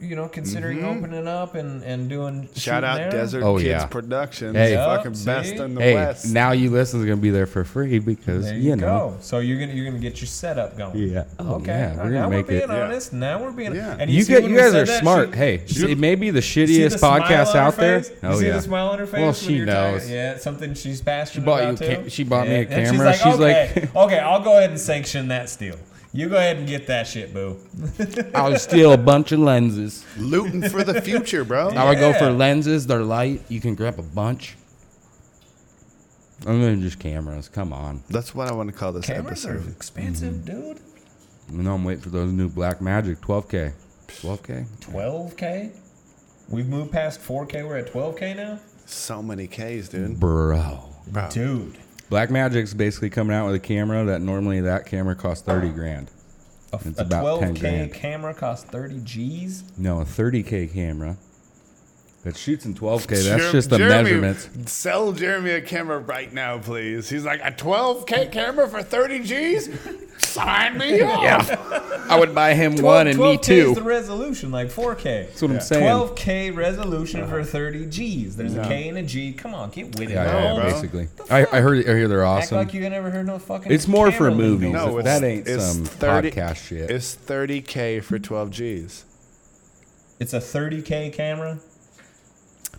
Speaker 2: you know, considering opening up and and doing.
Speaker 4: Mm-hmm. Shout
Speaker 2: shooting
Speaker 4: out
Speaker 2: there.
Speaker 4: Desert
Speaker 1: Oh,
Speaker 4: Kids
Speaker 1: yeah.
Speaker 4: Productions,
Speaker 1: Hey.
Speaker 4: the fucking
Speaker 2: Yup, see?
Speaker 4: best in the
Speaker 1: Hey,
Speaker 4: West.
Speaker 1: now you listen is gonna be there for free because
Speaker 2: There
Speaker 1: you,
Speaker 2: you,
Speaker 1: know.
Speaker 2: go. So you're gonna you're gonna get your setup going.
Speaker 1: Yeah. Oh,
Speaker 2: okay.
Speaker 1: yeah, we're
Speaker 2: now
Speaker 1: gonna make
Speaker 2: we're being
Speaker 1: it.
Speaker 4: Yeah.
Speaker 2: honest. Now we're being.
Speaker 4: Yeah.
Speaker 2: And
Speaker 1: You,
Speaker 2: see
Speaker 1: get,
Speaker 2: when
Speaker 1: you
Speaker 2: we
Speaker 1: guys
Speaker 2: said
Speaker 1: are
Speaker 2: that,
Speaker 1: smart.
Speaker 2: she-
Speaker 1: hey,
Speaker 2: she-
Speaker 1: it may be the
Speaker 2: see the
Speaker 1: shittiest
Speaker 2: smile
Speaker 1: podcast
Speaker 2: on her
Speaker 1: out there. Oh,
Speaker 2: face? You see the smile on her face?
Speaker 1: Well,
Speaker 2: when
Speaker 1: she
Speaker 2: you're talking-
Speaker 1: knows.
Speaker 2: Yeah, something she's passionate
Speaker 1: bought
Speaker 2: about
Speaker 1: you a ca-
Speaker 2: too.
Speaker 1: she bought me a
Speaker 2: Yeah, and
Speaker 1: camera. She's like-
Speaker 2: okay, okay, I'll go ahead and sanction that steal. You go ahead and get that shit, boo.
Speaker 1: I would steal a bunch of lenses.
Speaker 4: Looting for the future, bro.
Speaker 1: I would go for
Speaker 2: Yeah.
Speaker 1: lenses. They're light. You can grab a bunch. I'm gonna just cameras. Come on.
Speaker 4: That's what I want to call this
Speaker 2: Cameras are
Speaker 1: Mm-hmm.
Speaker 4: episode.
Speaker 2: expensive, dude.
Speaker 1: You know I'm waiting for those new Black Magic 12K. 12K.
Speaker 2: 12k. We've moved past 4k. We're at 12k now,
Speaker 4: So many K's, dude.
Speaker 1: Bro.
Speaker 4: Bro.
Speaker 2: dude.
Speaker 1: Black Magic's basically coming out with a camera that normally that camera costs 30 grand.
Speaker 2: A,
Speaker 1: It's
Speaker 2: a
Speaker 1: about 10
Speaker 2: 12k
Speaker 1: grand.
Speaker 2: camera costs 30 G's.
Speaker 1: No, a 30K camera that shoots in 12K. That's
Speaker 4: Jer-
Speaker 1: just the
Speaker 4: Jeremy,
Speaker 1: measurements.
Speaker 4: Sell Jeremy a camera right now, please. He's like a 12k camera for 30 G's. Sign me up.
Speaker 1: I would buy him
Speaker 2: 12,
Speaker 1: one and me
Speaker 2: 12K is
Speaker 1: two.
Speaker 2: the resolution, like 4K.
Speaker 1: That's what I'm saying.
Speaker 2: 12K resolution for 30 G's. There's a K and a G. Come on, get with it.
Speaker 1: yeah,
Speaker 2: bro.
Speaker 1: yeah,
Speaker 4: No, bro.
Speaker 1: basically. I, I heard. I hear they're
Speaker 2: Act
Speaker 1: awesome.
Speaker 2: like you ain't never heard no fucking.
Speaker 1: it's more for
Speaker 2: camera
Speaker 1: movies.
Speaker 2: lingo.
Speaker 4: No,
Speaker 1: that
Speaker 4: it's-
Speaker 1: ain't
Speaker 4: it's
Speaker 1: some
Speaker 4: 30
Speaker 1: podcast shit.
Speaker 4: It's 30k for 12 G's.
Speaker 2: It's a 30K camera.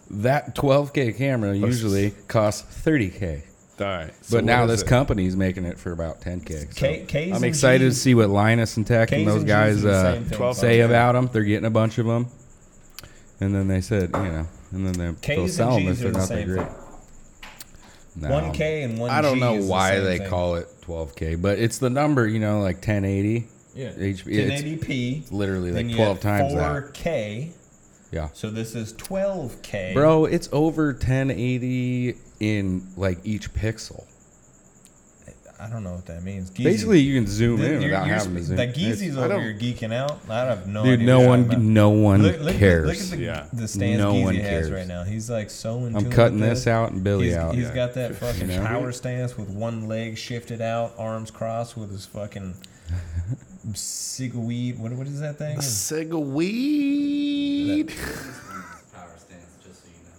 Speaker 1: that 12K camera usually costs 30K.
Speaker 4: All right. so
Speaker 1: But now
Speaker 4: what
Speaker 1: this
Speaker 4: is it?
Speaker 1: company's making it for about 10K. So
Speaker 2: K- Ks
Speaker 1: I'm
Speaker 2: and
Speaker 1: excited to
Speaker 2: Gs.
Speaker 1: see what Linus and Tech
Speaker 2: Ks
Speaker 1: and those
Speaker 2: and Gs
Speaker 1: guys
Speaker 2: are the
Speaker 1: uh,
Speaker 2: same thing.
Speaker 4: 12
Speaker 1: say
Speaker 4: Okay.
Speaker 1: about them. They're getting a bunch of them. And then they said, you know, and then they-
Speaker 2: Ks
Speaker 1: they'll
Speaker 2: and
Speaker 1: sell them if
Speaker 2: Gs are
Speaker 1: they're
Speaker 2: the
Speaker 1: not that
Speaker 2: same
Speaker 1: great. No.
Speaker 2: thing. 1K and 1G.
Speaker 1: I don't know
Speaker 2: is the
Speaker 1: why
Speaker 2: same
Speaker 1: they
Speaker 2: thing.
Speaker 1: call it 12K, but it's the number, you know, like 1080.
Speaker 2: yeah.
Speaker 1: HP. It's-
Speaker 2: 1080p.
Speaker 1: literally like
Speaker 2: Then you
Speaker 1: 12
Speaker 2: had
Speaker 1: times that.
Speaker 2: 4K.
Speaker 1: Yeah.
Speaker 2: So this is 12K.
Speaker 1: Bro, it's over 1080 in like each pixel.
Speaker 2: I don't know what that means. Geezy.
Speaker 1: Basically, you can zoom
Speaker 2: Dude,
Speaker 1: in
Speaker 2: you're-
Speaker 1: without
Speaker 2: you're
Speaker 1: having to
Speaker 2: sp-
Speaker 1: zoom.
Speaker 2: That Geezy's
Speaker 1: It's-
Speaker 2: over
Speaker 4: don't-
Speaker 2: here geeking out. I have no
Speaker 1: Dude,
Speaker 2: idea
Speaker 1: no
Speaker 2: what you're
Speaker 1: one,
Speaker 2: talking
Speaker 1: no one
Speaker 2: about. Look- look at the-
Speaker 1: cares.
Speaker 2: Look at the,
Speaker 4: Yeah.
Speaker 2: the stance
Speaker 1: No
Speaker 2: Geezy
Speaker 1: one
Speaker 2: has
Speaker 1: cares.
Speaker 2: right now. He's like so in
Speaker 1: I'm
Speaker 2: tune
Speaker 1: cutting
Speaker 2: with
Speaker 1: this out and Billy
Speaker 2: He's,
Speaker 1: out.
Speaker 2: he's
Speaker 1: Yeah.
Speaker 2: got that fucking
Speaker 1: know?
Speaker 2: power stance with one leg shifted out, arms crossed, with his fucking cigweed. What what is that thing?
Speaker 4: Sig weed.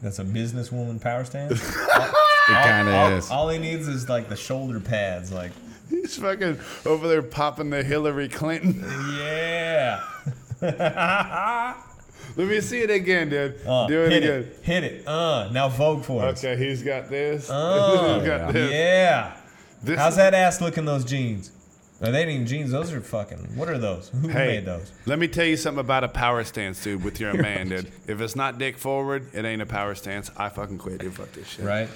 Speaker 2: That's a businesswoman power stance.
Speaker 1: It kind
Speaker 2: all,
Speaker 1: of is.
Speaker 2: all he needs is like the shoulder pads. Like
Speaker 4: He's fucking over there popping the Hillary Clinton.
Speaker 2: yeah.
Speaker 4: Let me see it again, dude.
Speaker 2: Uh,
Speaker 4: Do it
Speaker 2: hit
Speaker 4: again.
Speaker 2: It, hit it. Uh, now Vogue for us.
Speaker 4: Okay, he's got this.
Speaker 2: Oh,
Speaker 4: he's got this.
Speaker 2: Yeah.
Speaker 4: This
Speaker 2: How's
Speaker 4: is-
Speaker 2: that ass looking? Those jeans? No, they ain't even jeans. Those are fucking. What are those? Who
Speaker 4: Hey,
Speaker 2: made those?
Speaker 4: let me tell you something about a power stance, dude. With your man, dude. If it's not dick forward, it ain't a power stance. I fucking quit. Dude, fuck this shit.
Speaker 2: Right.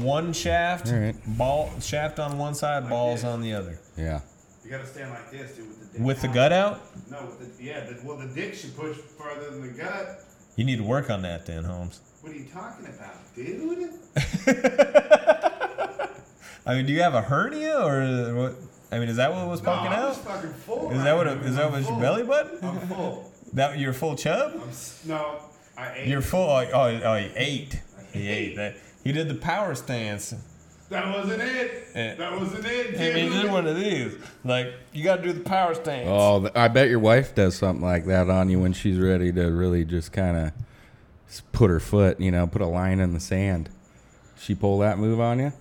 Speaker 2: One shaft,
Speaker 1: All right.
Speaker 2: ball shaft on one side, balls on the other.
Speaker 1: Yeah.
Speaker 4: You gotta stand like this, dude, with the dick.
Speaker 2: With the gut out,
Speaker 4: No, with the, yeah. The, well, the dick should push farther than the gut.
Speaker 2: you need to work on that, then, Holmes.
Speaker 4: What are you talking about, dude?
Speaker 2: I mean, do you have a hernia or what? I mean, is that what was poking out?
Speaker 4: fucking full.
Speaker 2: Is that what? Is that was your belly button?
Speaker 4: I'm full.
Speaker 2: That your full chub?
Speaker 4: no, I ate.
Speaker 2: Your full? Oh, oh, oh, he ate. He ate that. He did the power stance.
Speaker 4: that wasn't it.
Speaker 2: Eh.
Speaker 4: That wasn't it.
Speaker 2: I mean, he did one of these. Like you got to do the power stance.
Speaker 1: Oh, th- I bet your wife does something like that on you when she's ready to really just kind of put her foot, you know, put a line in the sand. She pull that move on you?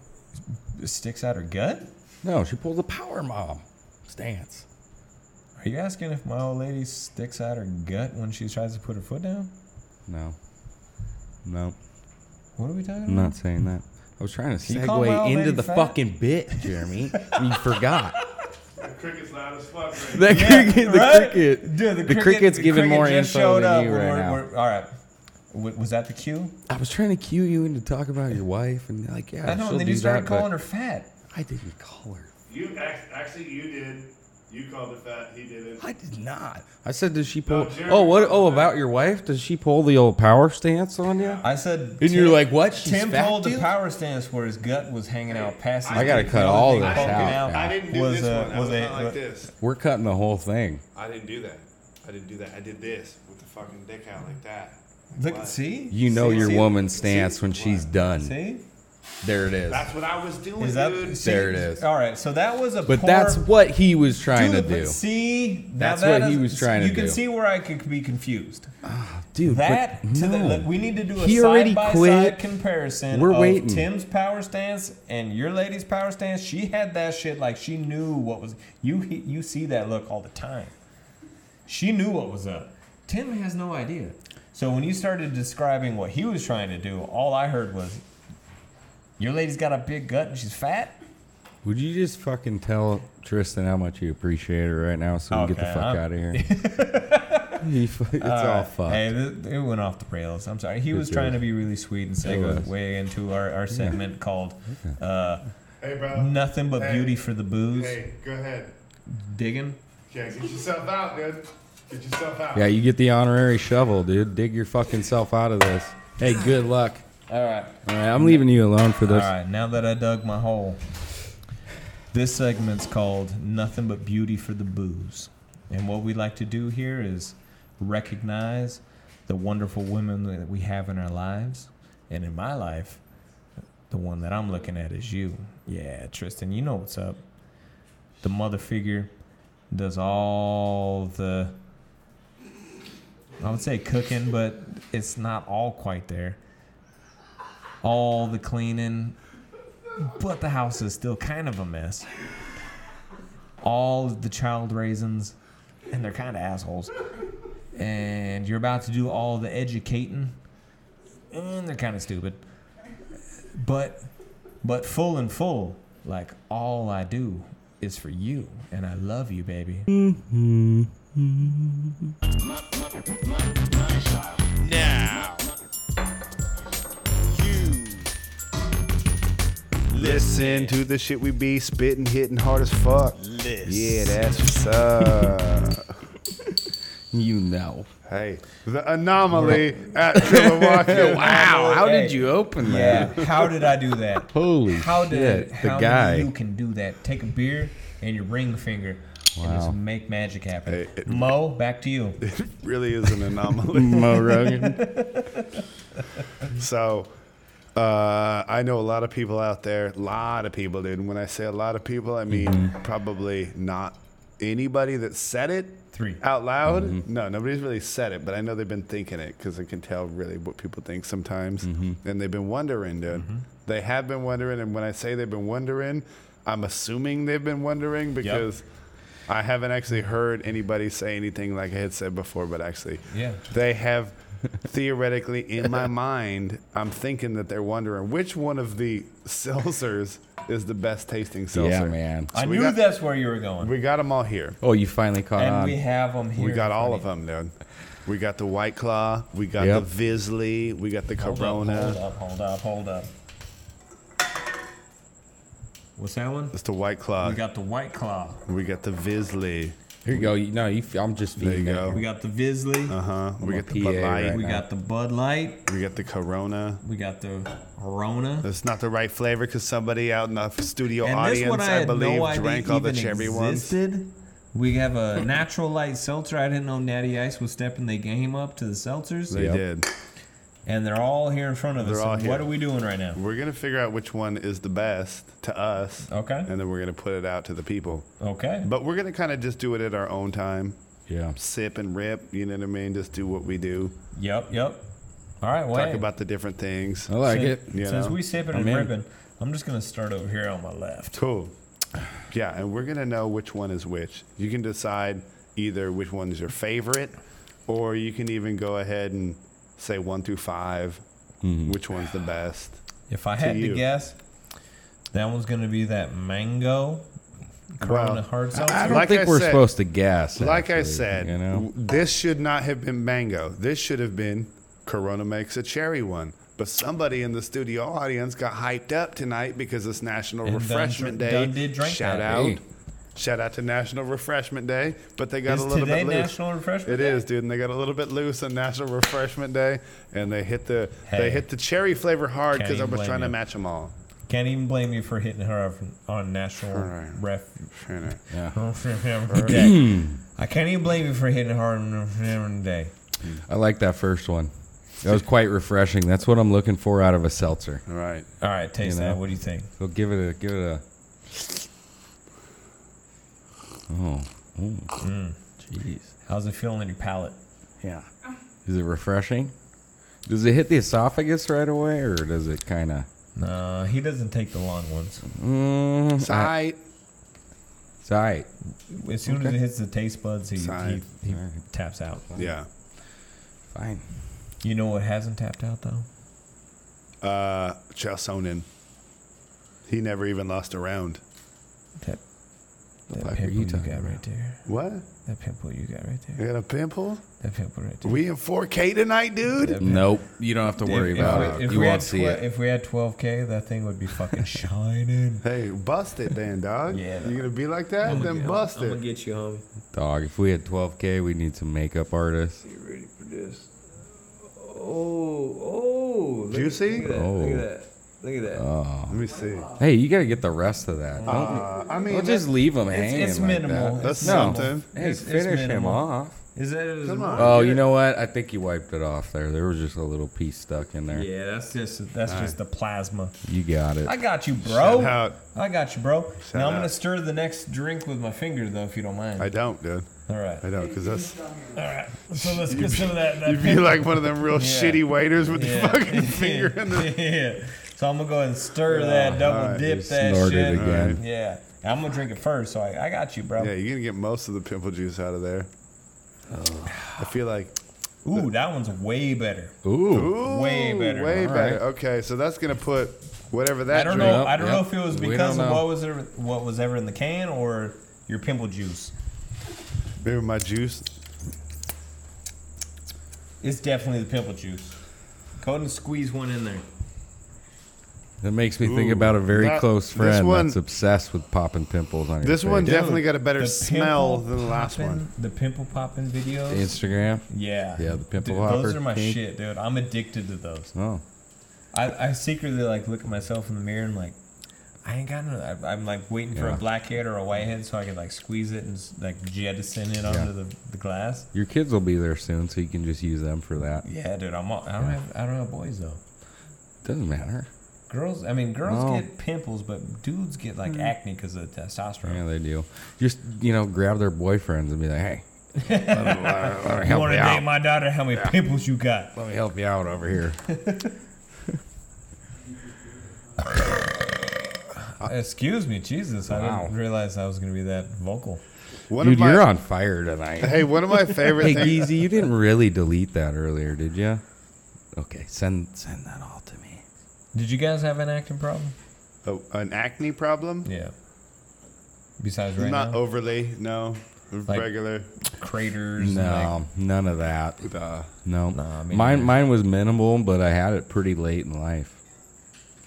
Speaker 2: It sticks out her gut.
Speaker 1: No, she pulled the power mom stance.
Speaker 2: Are you asking if my old lady sticks out her gut when she tries to put her foot down?
Speaker 1: No, no,
Speaker 2: What are we talking
Speaker 1: I'm
Speaker 2: about?
Speaker 1: not saying that. I was trying to
Speaker 2: you call my
Speaker 1: segue
Speaker 2: old
Speaker 1: into
Speaker 2: lady
Speaker 1: the
Speaker 2: fat?
Speaker 1: fucking bit, Jeremy. and you forgot.
Speaker 4: Cricket's loud as fuck. Right?
Speaker 1: That
Speaker 2: Yeah,
Speaker 1: cricket, the
Speaker 2: right?
Speaker 1: cricket,
Speaker 2: Dude, the, cricket,
Speaker 1: cricket's
Speaker 2: the
Speaker 1: giving
Speaker 2: cricket
Speaker 1: more
Speaker 2: just
Speaker 1: info
Speaker 2: showed up.
Speaker 1: than you
Speaker 2: We're-
Speaker 1: right
Speaker 2: we're-
Speaker 1: now.
Speaker 2: we're- all right. W- was that the cue?
Speaker 1: I was trying to cue you into talk about your wife and like, yeah,
Speaker 2: I know.
Speaker 1: she'll
Speaker 2: And then
Speaker 1: do
Speaker 2: you started
Speaker 1: that, but
Speaker 2: calling her fat.
Speaker 1: I didn't call her.
Speaker 4: You act- actually, you did. You called it fat. He did it.
Speaker 1: I did not. I said, does she pull?
Speaker 4: No, Jeremy
Speaker 1: oh, what? Oh,
Speaker 4: called her.
Speaker 1: about your wife? Does she pull the old power stance on you?
Speaker 2: I said.
Speaker 1: And you're like, what? She's
Speaker 2: Tim
Speaker 1: fat,
Speaker 2: pulled the
Speaker 1: dude?
Speaker 2: power stance where his gut was hanging out past. His
Speaker 1: I gotta
Speaker 2: dick.
Speaker 1: cut
Speaker 2: The only
Speaker 1: all
Speaker 2: thing
Speaker 1: this
Speaker 2: poking
Speaker 1: out now.
Speaker 4: I didn't do
Speaker 2: was,
Speaker 4: this
Speaker 2: uh,
Speaker 4: one. I
Speaker 2: was
Speaker 4: was
Speaker 2: a-
Speaker 4: not like
Speaker 2: was-
Speaker 4: this.
Speaker 1: We're cutting the whole thing.
Speaker 4: I didn't do that. I didn't do that. I did this with the fucking dick out like that.
Speaker 2: Look,
Speaker 4: What?
Speaker 2: see,
Speaker 1: You know
Speaker 2: See?
Speaker 1: your
Speaker 2: See?
Speaker 1: woman's stance when
Speaker 4: What?
Speaker 1: she's done.
Speaker 2: See,
Speaker 1: There it is.
Speaker 4: That's what I was doing,
Speaker 2: is that
Speaker 4: dude.
Speaker 2: see?
Speaker 1: There it is.
Speaker 2: All right, so that was a.
Speaker 1: But
Speaker 2: poor-
Speaker 1: that's what he was trying to
Speaker 2: Dude,
Speaker 1: do,
Speaker 2: but See, now
Speaker 1: That's
Speaker 2: that
Speaker 1: what he
Speaker 2: is-
Speaker 1: was trying to
Speaker 2: You
Speaker 1: do.
Speaker 2: can see where I could be confused.
Speaker 1: dude. but
Speaker 2: That to the,
Speaker 1: no.
Speaker 2: look, we need to do a
Speaker 1: He already
Speaker 2: side by
Speaker 1: quit.
Speaker 2: side comparison.
Speaker 1: We're
Speaker 2: of
Speaker 1: waiting.
Speaker 2: Tim's power stance and your lady's power stance. She had that shit like she knew what was. You he- you see that look all the time. She knew what was up. Tim has no idea. So when you started describing what he was trying to do, all I heard was, "Your lady's got a big gut and she's fat."
Speaker 1: Would you just fucking tell Tristan how much you appreciate her right now so we can get the
Speaker 2: Okay,
Speaker 1: fuck
Speaker 2: I'm-
Speaker 1: out of here? You fu- it's all fucked.
Speaker 2: Hey, th- it went off the rails. I'm sorry. He was
Speaker 1: did.
Speaker 2: trying to be really sweet and
Speaker 1: was.
Speaker 2: segue way into our, our segment called uh,
Speaker 4: Hey, bro.
Speaker 2: Nothing But
Speaker 4: Hey.
Speaker 2: Beauty for the Booze.
Speaker 4: Hey, go ahead.
Speaker 2: Digging.
Speaker 4: Yeah, get yourself out, dude. Get yourself out.
Speaker 1: Yeah, you get the honorary shovel, dude. Dig your fucking self out of this. Hey, good luck.
Speaker 2: All right.
Speaker 1: All right, I'm leaving you alone for
Speaker 2: All
Speaker 1: this.
Speaker 2: right. Now that I dug my hole, this segment's called Nothing But Beauty for the Booze. And what we like to do here is recognize the wonderful women that we have in our lives. And in my life, the one that I'm looking at is you. Yeah, Tristan, you know what's up. The mother figure does all the, I would say cooking, but it's not all quite there. All the cleaning, but the house is still kind of a mess. All the child raisins, and they're kind of assholes. And you're about to do all the educating, and they're kind of stupid. But, but full and full, like all I do is for you, and I love you, baby.
Speaker 5: Now, you
Speaker 4: Listen to the shit we be spitting, hitting hard as fuck.
Speaker 5: listen.
Speaker 4: Yeah, that's what's up.
Speaker 1: You know.
Speaker 4: hey, the anomaly at Chilliwack.
Speaker 1: Wow, how
Speaker 2: Hey.
Speaker 1: did you open
Speaker 2: Yeah,
Speaker 1: that?
Speaker 2: how did I do that?
Speaker 1: Holy
Speaker 2: How
Speaker 1: shit.
Speaker 2: did
Speaker 1: the
Speaker 2: how
Speaker 1: guy.
Speaker 2: did you can do that? Take a beer and your ring finger and
Speaker 1: Wow.
Speaker 2: just make magic happen.
Speaker 4: Hey, it-
Speaker 2: Mo, back to you.
Speaker 4: really is an anomaly.
Speaker 1: Mo Rogan.
Speaker 4: So uh, I know a lot of people out there, a lot of people, dude. And when I say a lot of people, I mean probably not anybody that said it
Speaker 2: Three.
Speaker 4: out loud. No, nobody's really said it, but I know they've been thinking it because I can tell really what people think sometimes. And they've been wondering, dude. They have been wondering. And when I say they've been wondering, I'm assuming they've been wondering because I haven't actually heard anybody say anything like I had said before, but actually,
Speaker 2: Yeah.
Speaker 4: they have theoretically in my mind. I'm thinking that they're wondering which one of the seltzers is the best tasting seltzer.
Speaker 1: Yeah, man.
Speaker 2: I
Speaker 4: we
Speaker 2: knew
Speaker 4: got-
Speaker 2: that's where you were going.
Speaker 4: We got them all here.
Speaker 1: Oh, you finally caught
Speaker 2: and
Speaker 1: on.
Speaker 2: we have them here.
Speaker 4: We got
Speaker 2: in
Speaker 4: all
Speaker 2: front
Speaker 4: of them, dude. We got the White Claw. We got
Speaker 1: Yep.
Speaker 4: the Visley. We got the
Speaker 2: Hold up,
Speaker 4: Corona.
Speaker 2: Hold up, hold up, hold up. What's that one?
Speaker 4: It's the White Claw.
Speaker 2: We got the White Claw.
Speaker 4: We got the Visley.
Speaker 1: Here you go. You, no, you, f- I'm just
Speaker 4: There
Speaker 1: feeding
Speaker 4: you
Speaker 1: it.
Speaker 4: go.
Speaker 2: We got the Visley.
Speaker 4: Uh huh. We
Speaker 1: a
Speaker 4: got the
Speaker 1: PA
Speaker 4: Bud Light.
Speaker 1: right
Speaker 2: we
Speaker 1: now.
Speaker 2: got the Bud Light.
Speaker 4: We got the Corona.
Speaker 2: We got the Rona.
Speaker 4: That's not the right flavor because somebody out in the studio
Speaker 2: and this one
Speaker 4: audience,
Speaker 2: I,
Speaker 4: I,
Speaker 2: had
Speaker 4: believe,
Speaker 2: no idea
Speaker 4: drank all the
Speaker 2: even
Speaker 4: cherry ones.
Speaker 2: existed. We have a natural light seltzer. I didn't know Natty Ice was stepping the game up to the seltzers,
Speaker 4: They
Speaker 1: Yep.
Speaker 4: did.
Speaker 2: and they're all here in front of us.
Speaker 4: They're all
Speaker 2: So
Speaker 4: here.
Speaker 2: What are we doing right now?
Speaker 4: We're gonna figure out which one is the best to us.
Speaker 2: Okay.
Speaker 4: And then we're gonna put it out to the people.
Speaker 2: Okay.
Speaker 4: But we're gonna kind of just do it at our own time,
Speaker 1: Yeah.
Speaker 4: sip and rip. You know what I mean? Just do what we do.
Speaker 2: Yep. Yep. All right. Well,
Speaker 4: Talk
Speaker 2: hey,
Speaker 4: about the different things.
Speaker 1: I like
Speaker 2: since,
Speaker 1: it.
Speaker 4: you
Speaker 2: Since
Speaker 4: know.
Speaker 2: we sipping
Speaker 1: I'm
Speaker 2: and
Speaker 1: in.
Speaker 2: ripping, I'm just gonna start over here on my left.
Speaker 4: Cool. Yeah, and we're gonna know which one is which. You can decide either which one is your favorite, or you can even go ahead and say one through 5
Speaker 1: Mm-hmm.
Speaker 4: which one's the best.
Speaker 2: If I had to,
Speaker 4: you.
Speaker 2: guess, that one's gonna be that mango Corona
Speaker 4: Well,
Speaker 2: hard
Speaker 1: I
Speaker 2: seltzer.
Speaker 1: don't
Speaker 4: Like
Speaker 1: think
Speaker 4: I
Speaker 1: we're
Speaker 4: said-
Speaker 1: supposed to guess.
Speaker 4: Like I
Speaker 1: actually,
Speaker 4: said,
Speaker 1: you know,
Speaker 4: w- this should not have been mango. This should have been Corona makes a cherry one. But somebody in the studio audience got hyped up tonight because it's National
Speaker 2: And done
Speaker 4: Refreshment
Speaker 2: dr-
Speaker 4: Day.
Speaker 2: done did drink
Speaker 4: Shout
Speaker 2: that.
Speaker 4: out.
Speaker 1: Hey.
Speaker 4: Shout out to National Refreshment Day, but they got
Speaker 2: Is
Speaker 4: a little
Speaker 2: today
Speaker 4: bit loose.
Speaker 2: National Refreshment
Speaker 4: It
Speaker 2: Day?
Speaker 4: is, dude, and they got a little bit loose on National Refreshment Day, and they hit the
Speaker 2: Hey.
Speaker 4: they hit the cherry flavor hard
Speaker 2: Can't
Speaker 4: because I
Speaker 2: even
Speaker 4: was
Speaker 2: blame
Speaker 4: trying to
Speaker 2: you.
Speaker 4: match them all.
Speaker 2: Can't even blame you for hitting her up on National
Speaker 4: Alright.
Speaker 2: Ref
Speaker 4: You know.
Speaker 2: Day. I can't even blame you for hitting hard on day.
Speaker 1: I like that first one. That was quite refreshing. That's what I'm looking for out of a seltzer.
Speaker 4: All right.
Speaker 2: All right, taste
Speaker 1: You know?
Speaker 2: that. What do you think?
Speaker 1: So give it a give it a. Oh, oh,
Speaker 2: Mm,
Speaker 1: jeez.
Speaker 2: How's it feeling in your palate?
Speaker 1: Yeah. Is it refreshing? Does it hit the esophagus right away, or does it kind of?
Speaker 2: Nah, Uh, he doesn't take the long ones.
Speaker 1: Mm, I-
Speaker 4: Side.
Speaker 1: it's all right.
Speaker 2: As soon as it hits the taste buds, he, he,
Speaker 4: Side.
Speaker 2: he taps out.
Speaker 4: Yeah.
Speaker 1: Fine.
Speaker 2: You know what hasn't tapped out though?
Speaker 4: Uh, Chelsonen. He never even lost a round.
Speaker 2: That, that
Speaker 1: fuck are
Speaker 2: pimple
Speaker 1: you
Speaker 2: you,
Speaker 1: talking
Speaker 2: got right there.
Speaker 4: What?
Speaker 2: That pimple you got right
Speaker 4: You
Speaker 2: there.
Speaker 4: got a pimple?
Speaker 2: That pimple right there.
Speaker 4: We in 4K tonight, dude?
Speaker 2: That
Speaker 1: Nope. You don't have to
Speaker 2: pimple-
Speaker 1: worry
Speaker 2: if-
Speaker 1: about
Speaker 2: if
Speaker 1: it.
Speaker 2: we- if
Speaker 1: you
Speaker 2: we
Speaker 1: won't
Speaker 2: had
Speaker 1: see
Speaker 2: twe-
Speaker 1: it.
Speaker 2: If we had 12K, that thing would be fucking shining.
Speaker 4: Hey, bust it then, dog.
Speaker 2: Yeah.
Speaker 4: You gonna be like that? then bust it.
Speaker 2: get you, homie.
Speaker 1: Dog, if we had 12K, we'd need some makeup artists.
Speaker 6: Get ready for this. Oh, oh. look at-
Speaker 4: Juicy?
Speaker 6: Look at that.
Speaker 2: Oh.
Speaker 6: Look at that. Look at
Speaker 2: Uh,
Speaker 6: that.
Speaker 1: Oh.
Speaker 4: Let me see.
Speaker 1: Hey, you got to get the rest of that. Don't,
Speaker 4: Uh, I mean,
Speaker 1: don't just leave him hanging.
Speaker 2: It's, it's
Speaker 1: like
Speaker 2: minimal.
Speaker 1: that.
Speaker 4: That's
Speaker 2: It's minimal.
Speaker 4: something.
Speaker 1: Hey,
Speaker 2: It's- it's
Speaker 1: finish him
Speaker 2: minimal.
Speaker 1: off.
Speaker 2: Is that
Speaker 4: Come on.
Speaker 1: Oh, you know what? I think he wiped it off there. There was just a little piece stuck in there.
Speaker 2: Yeah, that's just that's just the plasma.
Speaker 1: You got it.
Speaker 2: I got you,
Speaker 4: Shout
Speaker 2: bro.
Speaker 4: out.
Speaker 2: I got you, bro.
Speaker 4: Shout
Speaker 2: Now I'm
Speaker 4: out.
Speaker 2: gonna stir the next drink with my finger, though, if you don't mind.
Speaker 4: I don't, dude.
Speaker 2: All right.
Speaker 4: I don't, because that's
Speaker 2: All right. So let's get some of that. that
Speaker 4: you'd be like one of them real shitty waiters with
Speaker 2: Yeah.
Speaker 4: the fucking finger in the.
Speaker 2: yeah. So I'm gonna go ahead and stir that, double
Speaker 4: alright.
Speaker 2: dip
Speaker 1: You
Speaker 2: that
Speaker 1: snorted
Speaker 2: shit.
Speaker 1: again.
Speaker 2: Yeah. I'm gonna drink it first. So I, I got you, bro.
Speaker 4: Yeah, you're gonna get most of the pimple juice out of there.
Speaker 2: Oh.
Speaker 4: I feel like
Speaker 2: Ooh, that one's way better.
Speaker 1: Ooh.
Speaker 4: ooh,
Speaker 2: Way better.
Speaker 4: way
Speaker 1: All
Speaker 4: better.
Speaker 1: right.
Speaker 4: Okay, so that's gonna put whatever
Speaker 2: I
Speaker 4: that.
Speaker 2: don't
Speaker 4: drink-
Speaker 2: know.
Speaker 1: Yep,
Speaker 2: I don't know
Speaker 1: yep.
Speaker 2: if it was
Speaker 1: We
Speaker 2: because
Speaker 1: don't
Speaker 2: of
Speaker 1: know.
Speaker 2: what was ever, what was ever in the can or your pimple juice.
Speaker 4: Maybe my juice.
Speaker 2: It's definitely the pimple juice. Go ahead and squeeze one in there.
Speaker 1: That makes me think
Speaker 4: Ooh.
Speaker 1: about a very
Speaker 4: That-
Speaker 1: close
Speaker 4: this
Speaker 1: friend
Speaker 4: one-
Speaker 1: that's obsessed with popping pimples on your
Speaker 4: This one
Speaker 1: face.
Speaker 4: definitely got a better
Speaker 2: The pimple
Speaker 4: smell than the last
Speaker 2: poppin'-
Speaker 4: one.
Speaker 2: The pimple popping videos.
Speaker 1: Instagram.
Speaker 2: yeah.
Speaker 1: Yeah, the pimple
Speaker 2: dude, Those
Speaker 1: hopper
Speaker 2: are my
Speaker 1: thing.
Speaker 2: shit, dude. I'm addicted to those.
Speaker 1: Oh.
Speaker 2: I, I secretly like look at myself in the mirror and like, I ain't got no. I, I'm like waiting for
Speaker 1: Yeah.
Speaker 2: a blackhead or a whitehead so I can like squeeze it and s- like jettison it onto the, the glass.
Speaker 1: Your kids will be there soon, so you can just use them for that.
Speaker 2: Yeah, dude. I'm. All, I don't have. I don't have boys though.
Speaker 1: Doesn't matter.
Speaker 2: Girls. I mean, girls
Speaker 1: No.
Speaker 2: get pimples, but dudes get like acne because of the testosterone.
Speaker 1: Yeah, they do. Just you know, grab their boyfriends and be like, "Hey, let me
Speaker 2: You
Speaker 1: help
Speaker 2: want
Speaker 1: you
Speaker 2: to date
Speaker 1: out.
Speaker 2: my daughter? How many pimples you got?
Speaker 1: let me help you out over here."
Speaker 2: Excuse me, Jesus! I
Speaker 1: Wow.
Speaker 2: didn't realize I was going to be that vocal.
Speaker 4: One
Speaker 1: Dude,
Speaker 4: of my,
Speaker 1: you're on fire tonight.
Speaker 4: Hey, one of my favorite
Speaker 1: Hey,
Speaker 4: things.
Speaker 1: Geezy, you didn't really delete that earlier, did you? Okay, send send that all to me.
Speaker 2: Did you guys have an acting problem?
Speaker 4: Oh, an acne problem?
Speaker 2: Yeah. Besides right
Speaker 4: Not
Speaker 2: now,
Speaker 4: overly, no. Regular.
Speaker 2: craters.
Speaker 1: No, none of that.
Speaker 4: Uh,
Speaker 1: No,
Speaker 2: Nah, me
Speaker 1: mine
Speaker 2: neither.
Speaker 1: mine was minimal, but I had it pretty late in life.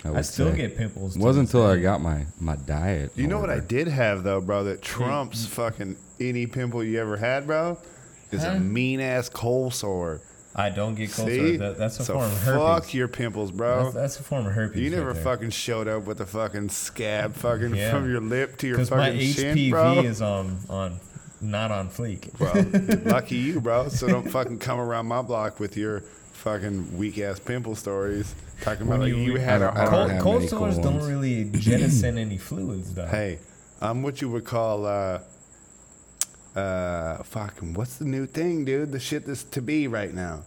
Speaker 2: And, like, I
Speaker 1: would
Speaker 2: still
Speaker 1: say.
Speaker 2: get pimples.
Speaker 1: It
Speaker 2: to
Speaker 1: wasn't
Speaker 2: this
Speaker 1: until I
Speaker 2: day.
Speaker 1: got my my diet.
Speaker 4: you know what I
Speaker 1: order.
Speaker 4: did have though, bro?
Speaker 2: Mm.
Speaker 4: That trumps fucking any pimple you ever had, bro. Is
Speaker 2: Huh?
Speaker 4: a mean ass cold sore.
Speaker 2: I don't get cold
Speaker 4: See,
Speaker 2: sores. That, that's a
Speaker 4: so
Speaker 2: form of
Speaker 4: fuck
Speaker 2: herpes.
Speaker 4: your pimples, bro.
Speaker 2: That's, that's a form of herpes.
Speaker 4: you never
Speaker 2: right there.
Speaker 4: fucking showed up with a fucking scab, fucking
Speaker 2: Yeah.
Speaker 4: from your lip to your
Speaker 2: Because
Speaker 4: fucking
Speaker 2: my
Speaker 4: chin,
Speaker 2: HPV
Speaker 4: bro.
Speaker 2: is on on not on fleek.
Speaker 4: Well, lucky you, bro. So don't fucking come around my block with your fucking weak ass pimple stories. Talking about
Speaker 2: When
Speaker 4: like you,
Speaker 2: you-
Speaker 4: had
Speaker 1: I
Speaker 4: a
Speaker 1: don't- I don't
Speaker 4: hard
Speaker 2: Cold,
Speaker 1: have
Speaker 2: cold
Speaker 1: many cold
Speaker 2: sores don't
Speaker 1: ones.
Speaker 2: really jettison any fluids though.
Speaker 4: Hey, I'm what you would call uh uh fucking what's the new thing, dude? The shit that's to be right now.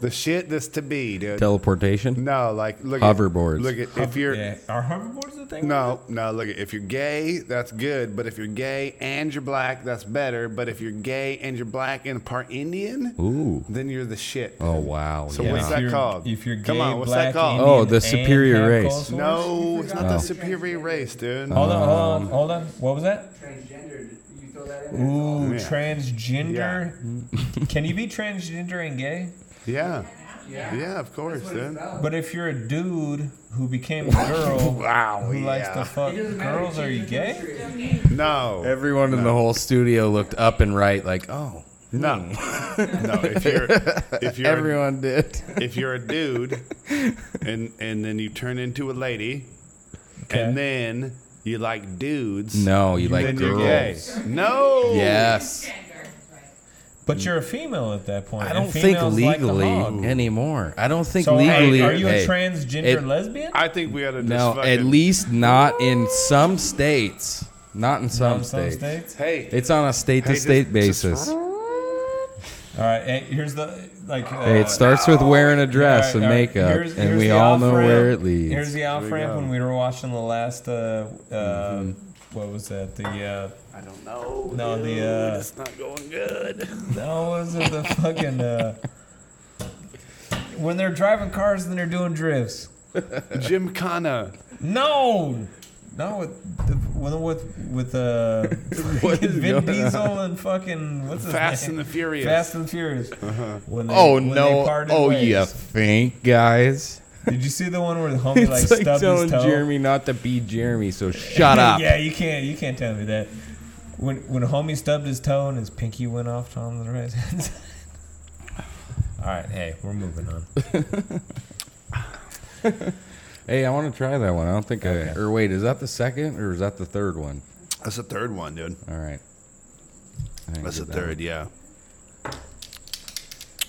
Speaker 4: the shit that's to be, dude.
Speaker 1: teleportation.
Speaker 4: no, like look
Speaker 1: Hoverboards.
Speaker 4: At, look at if you're
Speaker 2: yeah. are hoverboards a thing?
Speaker 4: No, no, look at if you're gay, that's good, but if you're gay and you're black, that's better. But if you're gay and you're black and part Indian,
Speaker 1: Ooh.
Speaker 4: then you're the shit.
Speaker 1: Oh wow.
Speaker 4: So
Speaker 1: yeah.
Speaker 4: what's
Speaker 2: If
Speaker 4: that
Speaker 2: you're-
Speaker 4: called?
Speaker 2: If you're gay,
Speaker 4: Come on, what's
Speaker 2: black,
Speaker 4: that called?
Speaker 2: Indian,
Speaker 1: Oh, the
Speaker 2: and
Speaker 1: superior
Speaker 2: have
Speaker 1: race.
Speaker 2: cold sores?
Speaker 4: No, it's not
Speaker 1: Oh.
Speaker 4: the superior race, dude.
Speaker 2: Hold on, hold on, hold on. What was that?
Speaker 3: Transgendered. You throw that in there.
Speaker 2: Ooh,
Speaker 4: Um, Yeah. Oh,
Speaker 2: transgender. Can you be transgender and gay?
Speaker 4: Yeah.
Speaker 3: Yeah.
Speaker 4: Yeah, of course,
Speaker 3: That's what it's
Speaker 4: dude.
Speaker 3: about.
Speaker 2: But if you're a dude who became a girl
Speaker 4: Wow,
Speaker 1: Oh,
Speaker 2: who likes
Speaker 4: yeah.
Speaker 2: to fuck
Speaker 3: It doesn't matter.
Speaker 2: girls, are you gay?
Speaker 4: No.
Speaker 1: Everyone in the whole studio looked up and right, like, oh,
Speaker 4: No. no, if you're if you're
Speaker 1: everyone did.
Speaker 4: if you're a dude and and then you turn into a lady
Speaker 2: Okay.
Speaker 4: and then you like dudes.
Speaker 1: No, you like
Speaker 4: then
Speaker 1: girls.
Speaker 4: you're gay. No.
Speaker 1: Yes.
Speaker 2: But you're a female at that
Speaker 1: I
Speaker 2: point. and
Speaker 1: don't think
Speaker 2: females like the
Speaker 1: legally
Speaker 2: hog.
Speaker 1: anymore. I don't think
Speaker 2: So, hey,
Speaker 1: legally.
Speaker 2: are you
Speaker 1: hey,
Speaker 2: a transgender
Speaker 1: it-
Speaker 2: lesbian?
Speaker 4: I think we ought to just
Speaker 1: No,
Speaker 4: fucking,
Speaker 1: at least not in some states. Not in some,
Speaker 2: Some
Speaker 1: states.
Speaker 2: states.
Speaker 4: Hey.
Speaker 1: It's on a state
Speaker 4: hey,
Speaker 1: to state
Speaker 4: just-
Speaker 1: basis.
Speaker 4: just-
Speaker 2: All right, hey, here's the like. Uh,
Speaker 1: Hey, it starts with wearing a dress
Speaker 2: all
Speaker 1: and
Speaker 2: right, all right.
Speaker 1: makeup,
Speaker 2: Here's-
Speaker 1: and
Speaker 2: here's
Speaker 1: we
Speaker 2: the
Speaker 1: all
Speaker 2: off
Speaker 1: know
Speaker 2: ramp.
Speaker 1: where it leads.
Speaker 2: Here's the off
Speaker 4: we
Speaker 2: ramp
Speaker 4: go.
Speaker 2: when we were watching the last. Uh, uh,
Speaker 1: Mm-hmm.
Speaker 2: What was that? The uh,
Speaker 4: I don't know.
Speaker 2: no, the
Speaker 4: dude.
Speaker 2: uh,
Speaker 4: it's not going good.
Speaker 2: no, what was it the fucking uh, when they're driving cars and they're doing drifts.
Speaker 4: Jim Connor.
Speaker 2: No, no, with the, with with, with uh,
Speaker 1: What is
Speaker 2: Vin
Speaker 1: going on?
Speaker 2: Diesel and fucking what's his
Speaker 4: Fast
Speaker 2: name?
Speaker 4: and the Furious.
Speaker 2: Fast and Furious. When they-
Speaker 1: Oh
Speaker 2: when they
Speaker 1: no!
Speaker 2: parted
Speaker 1: Oh,
Speaker 2: ways.
Speaker 1: you think, guys?
Speaker 2: Did you see the one where the homie like
Speaker 1: It's like,
Speaker 2: stubbed his toe?
Speaker 1: telling Jeremy not to be Jeremy, so shut up.
Speaker 2: yeah, you can't you can't tell me that. When when homie stubbed his toe and his pinky went off on the right hand side. All right, hey, we're moving on.
Speaker 1: Hey, I want to try that one. I don't think I.
Speaker 2: Okay.
Speaker 1: Or wait, is that the second or is that the third one?
Speaker 4: That's the third one, dude.
Speaker 1: All right. I didn't
Speaker 4: That's the
Speaker 1: get that
Speaker 4: third, yeah.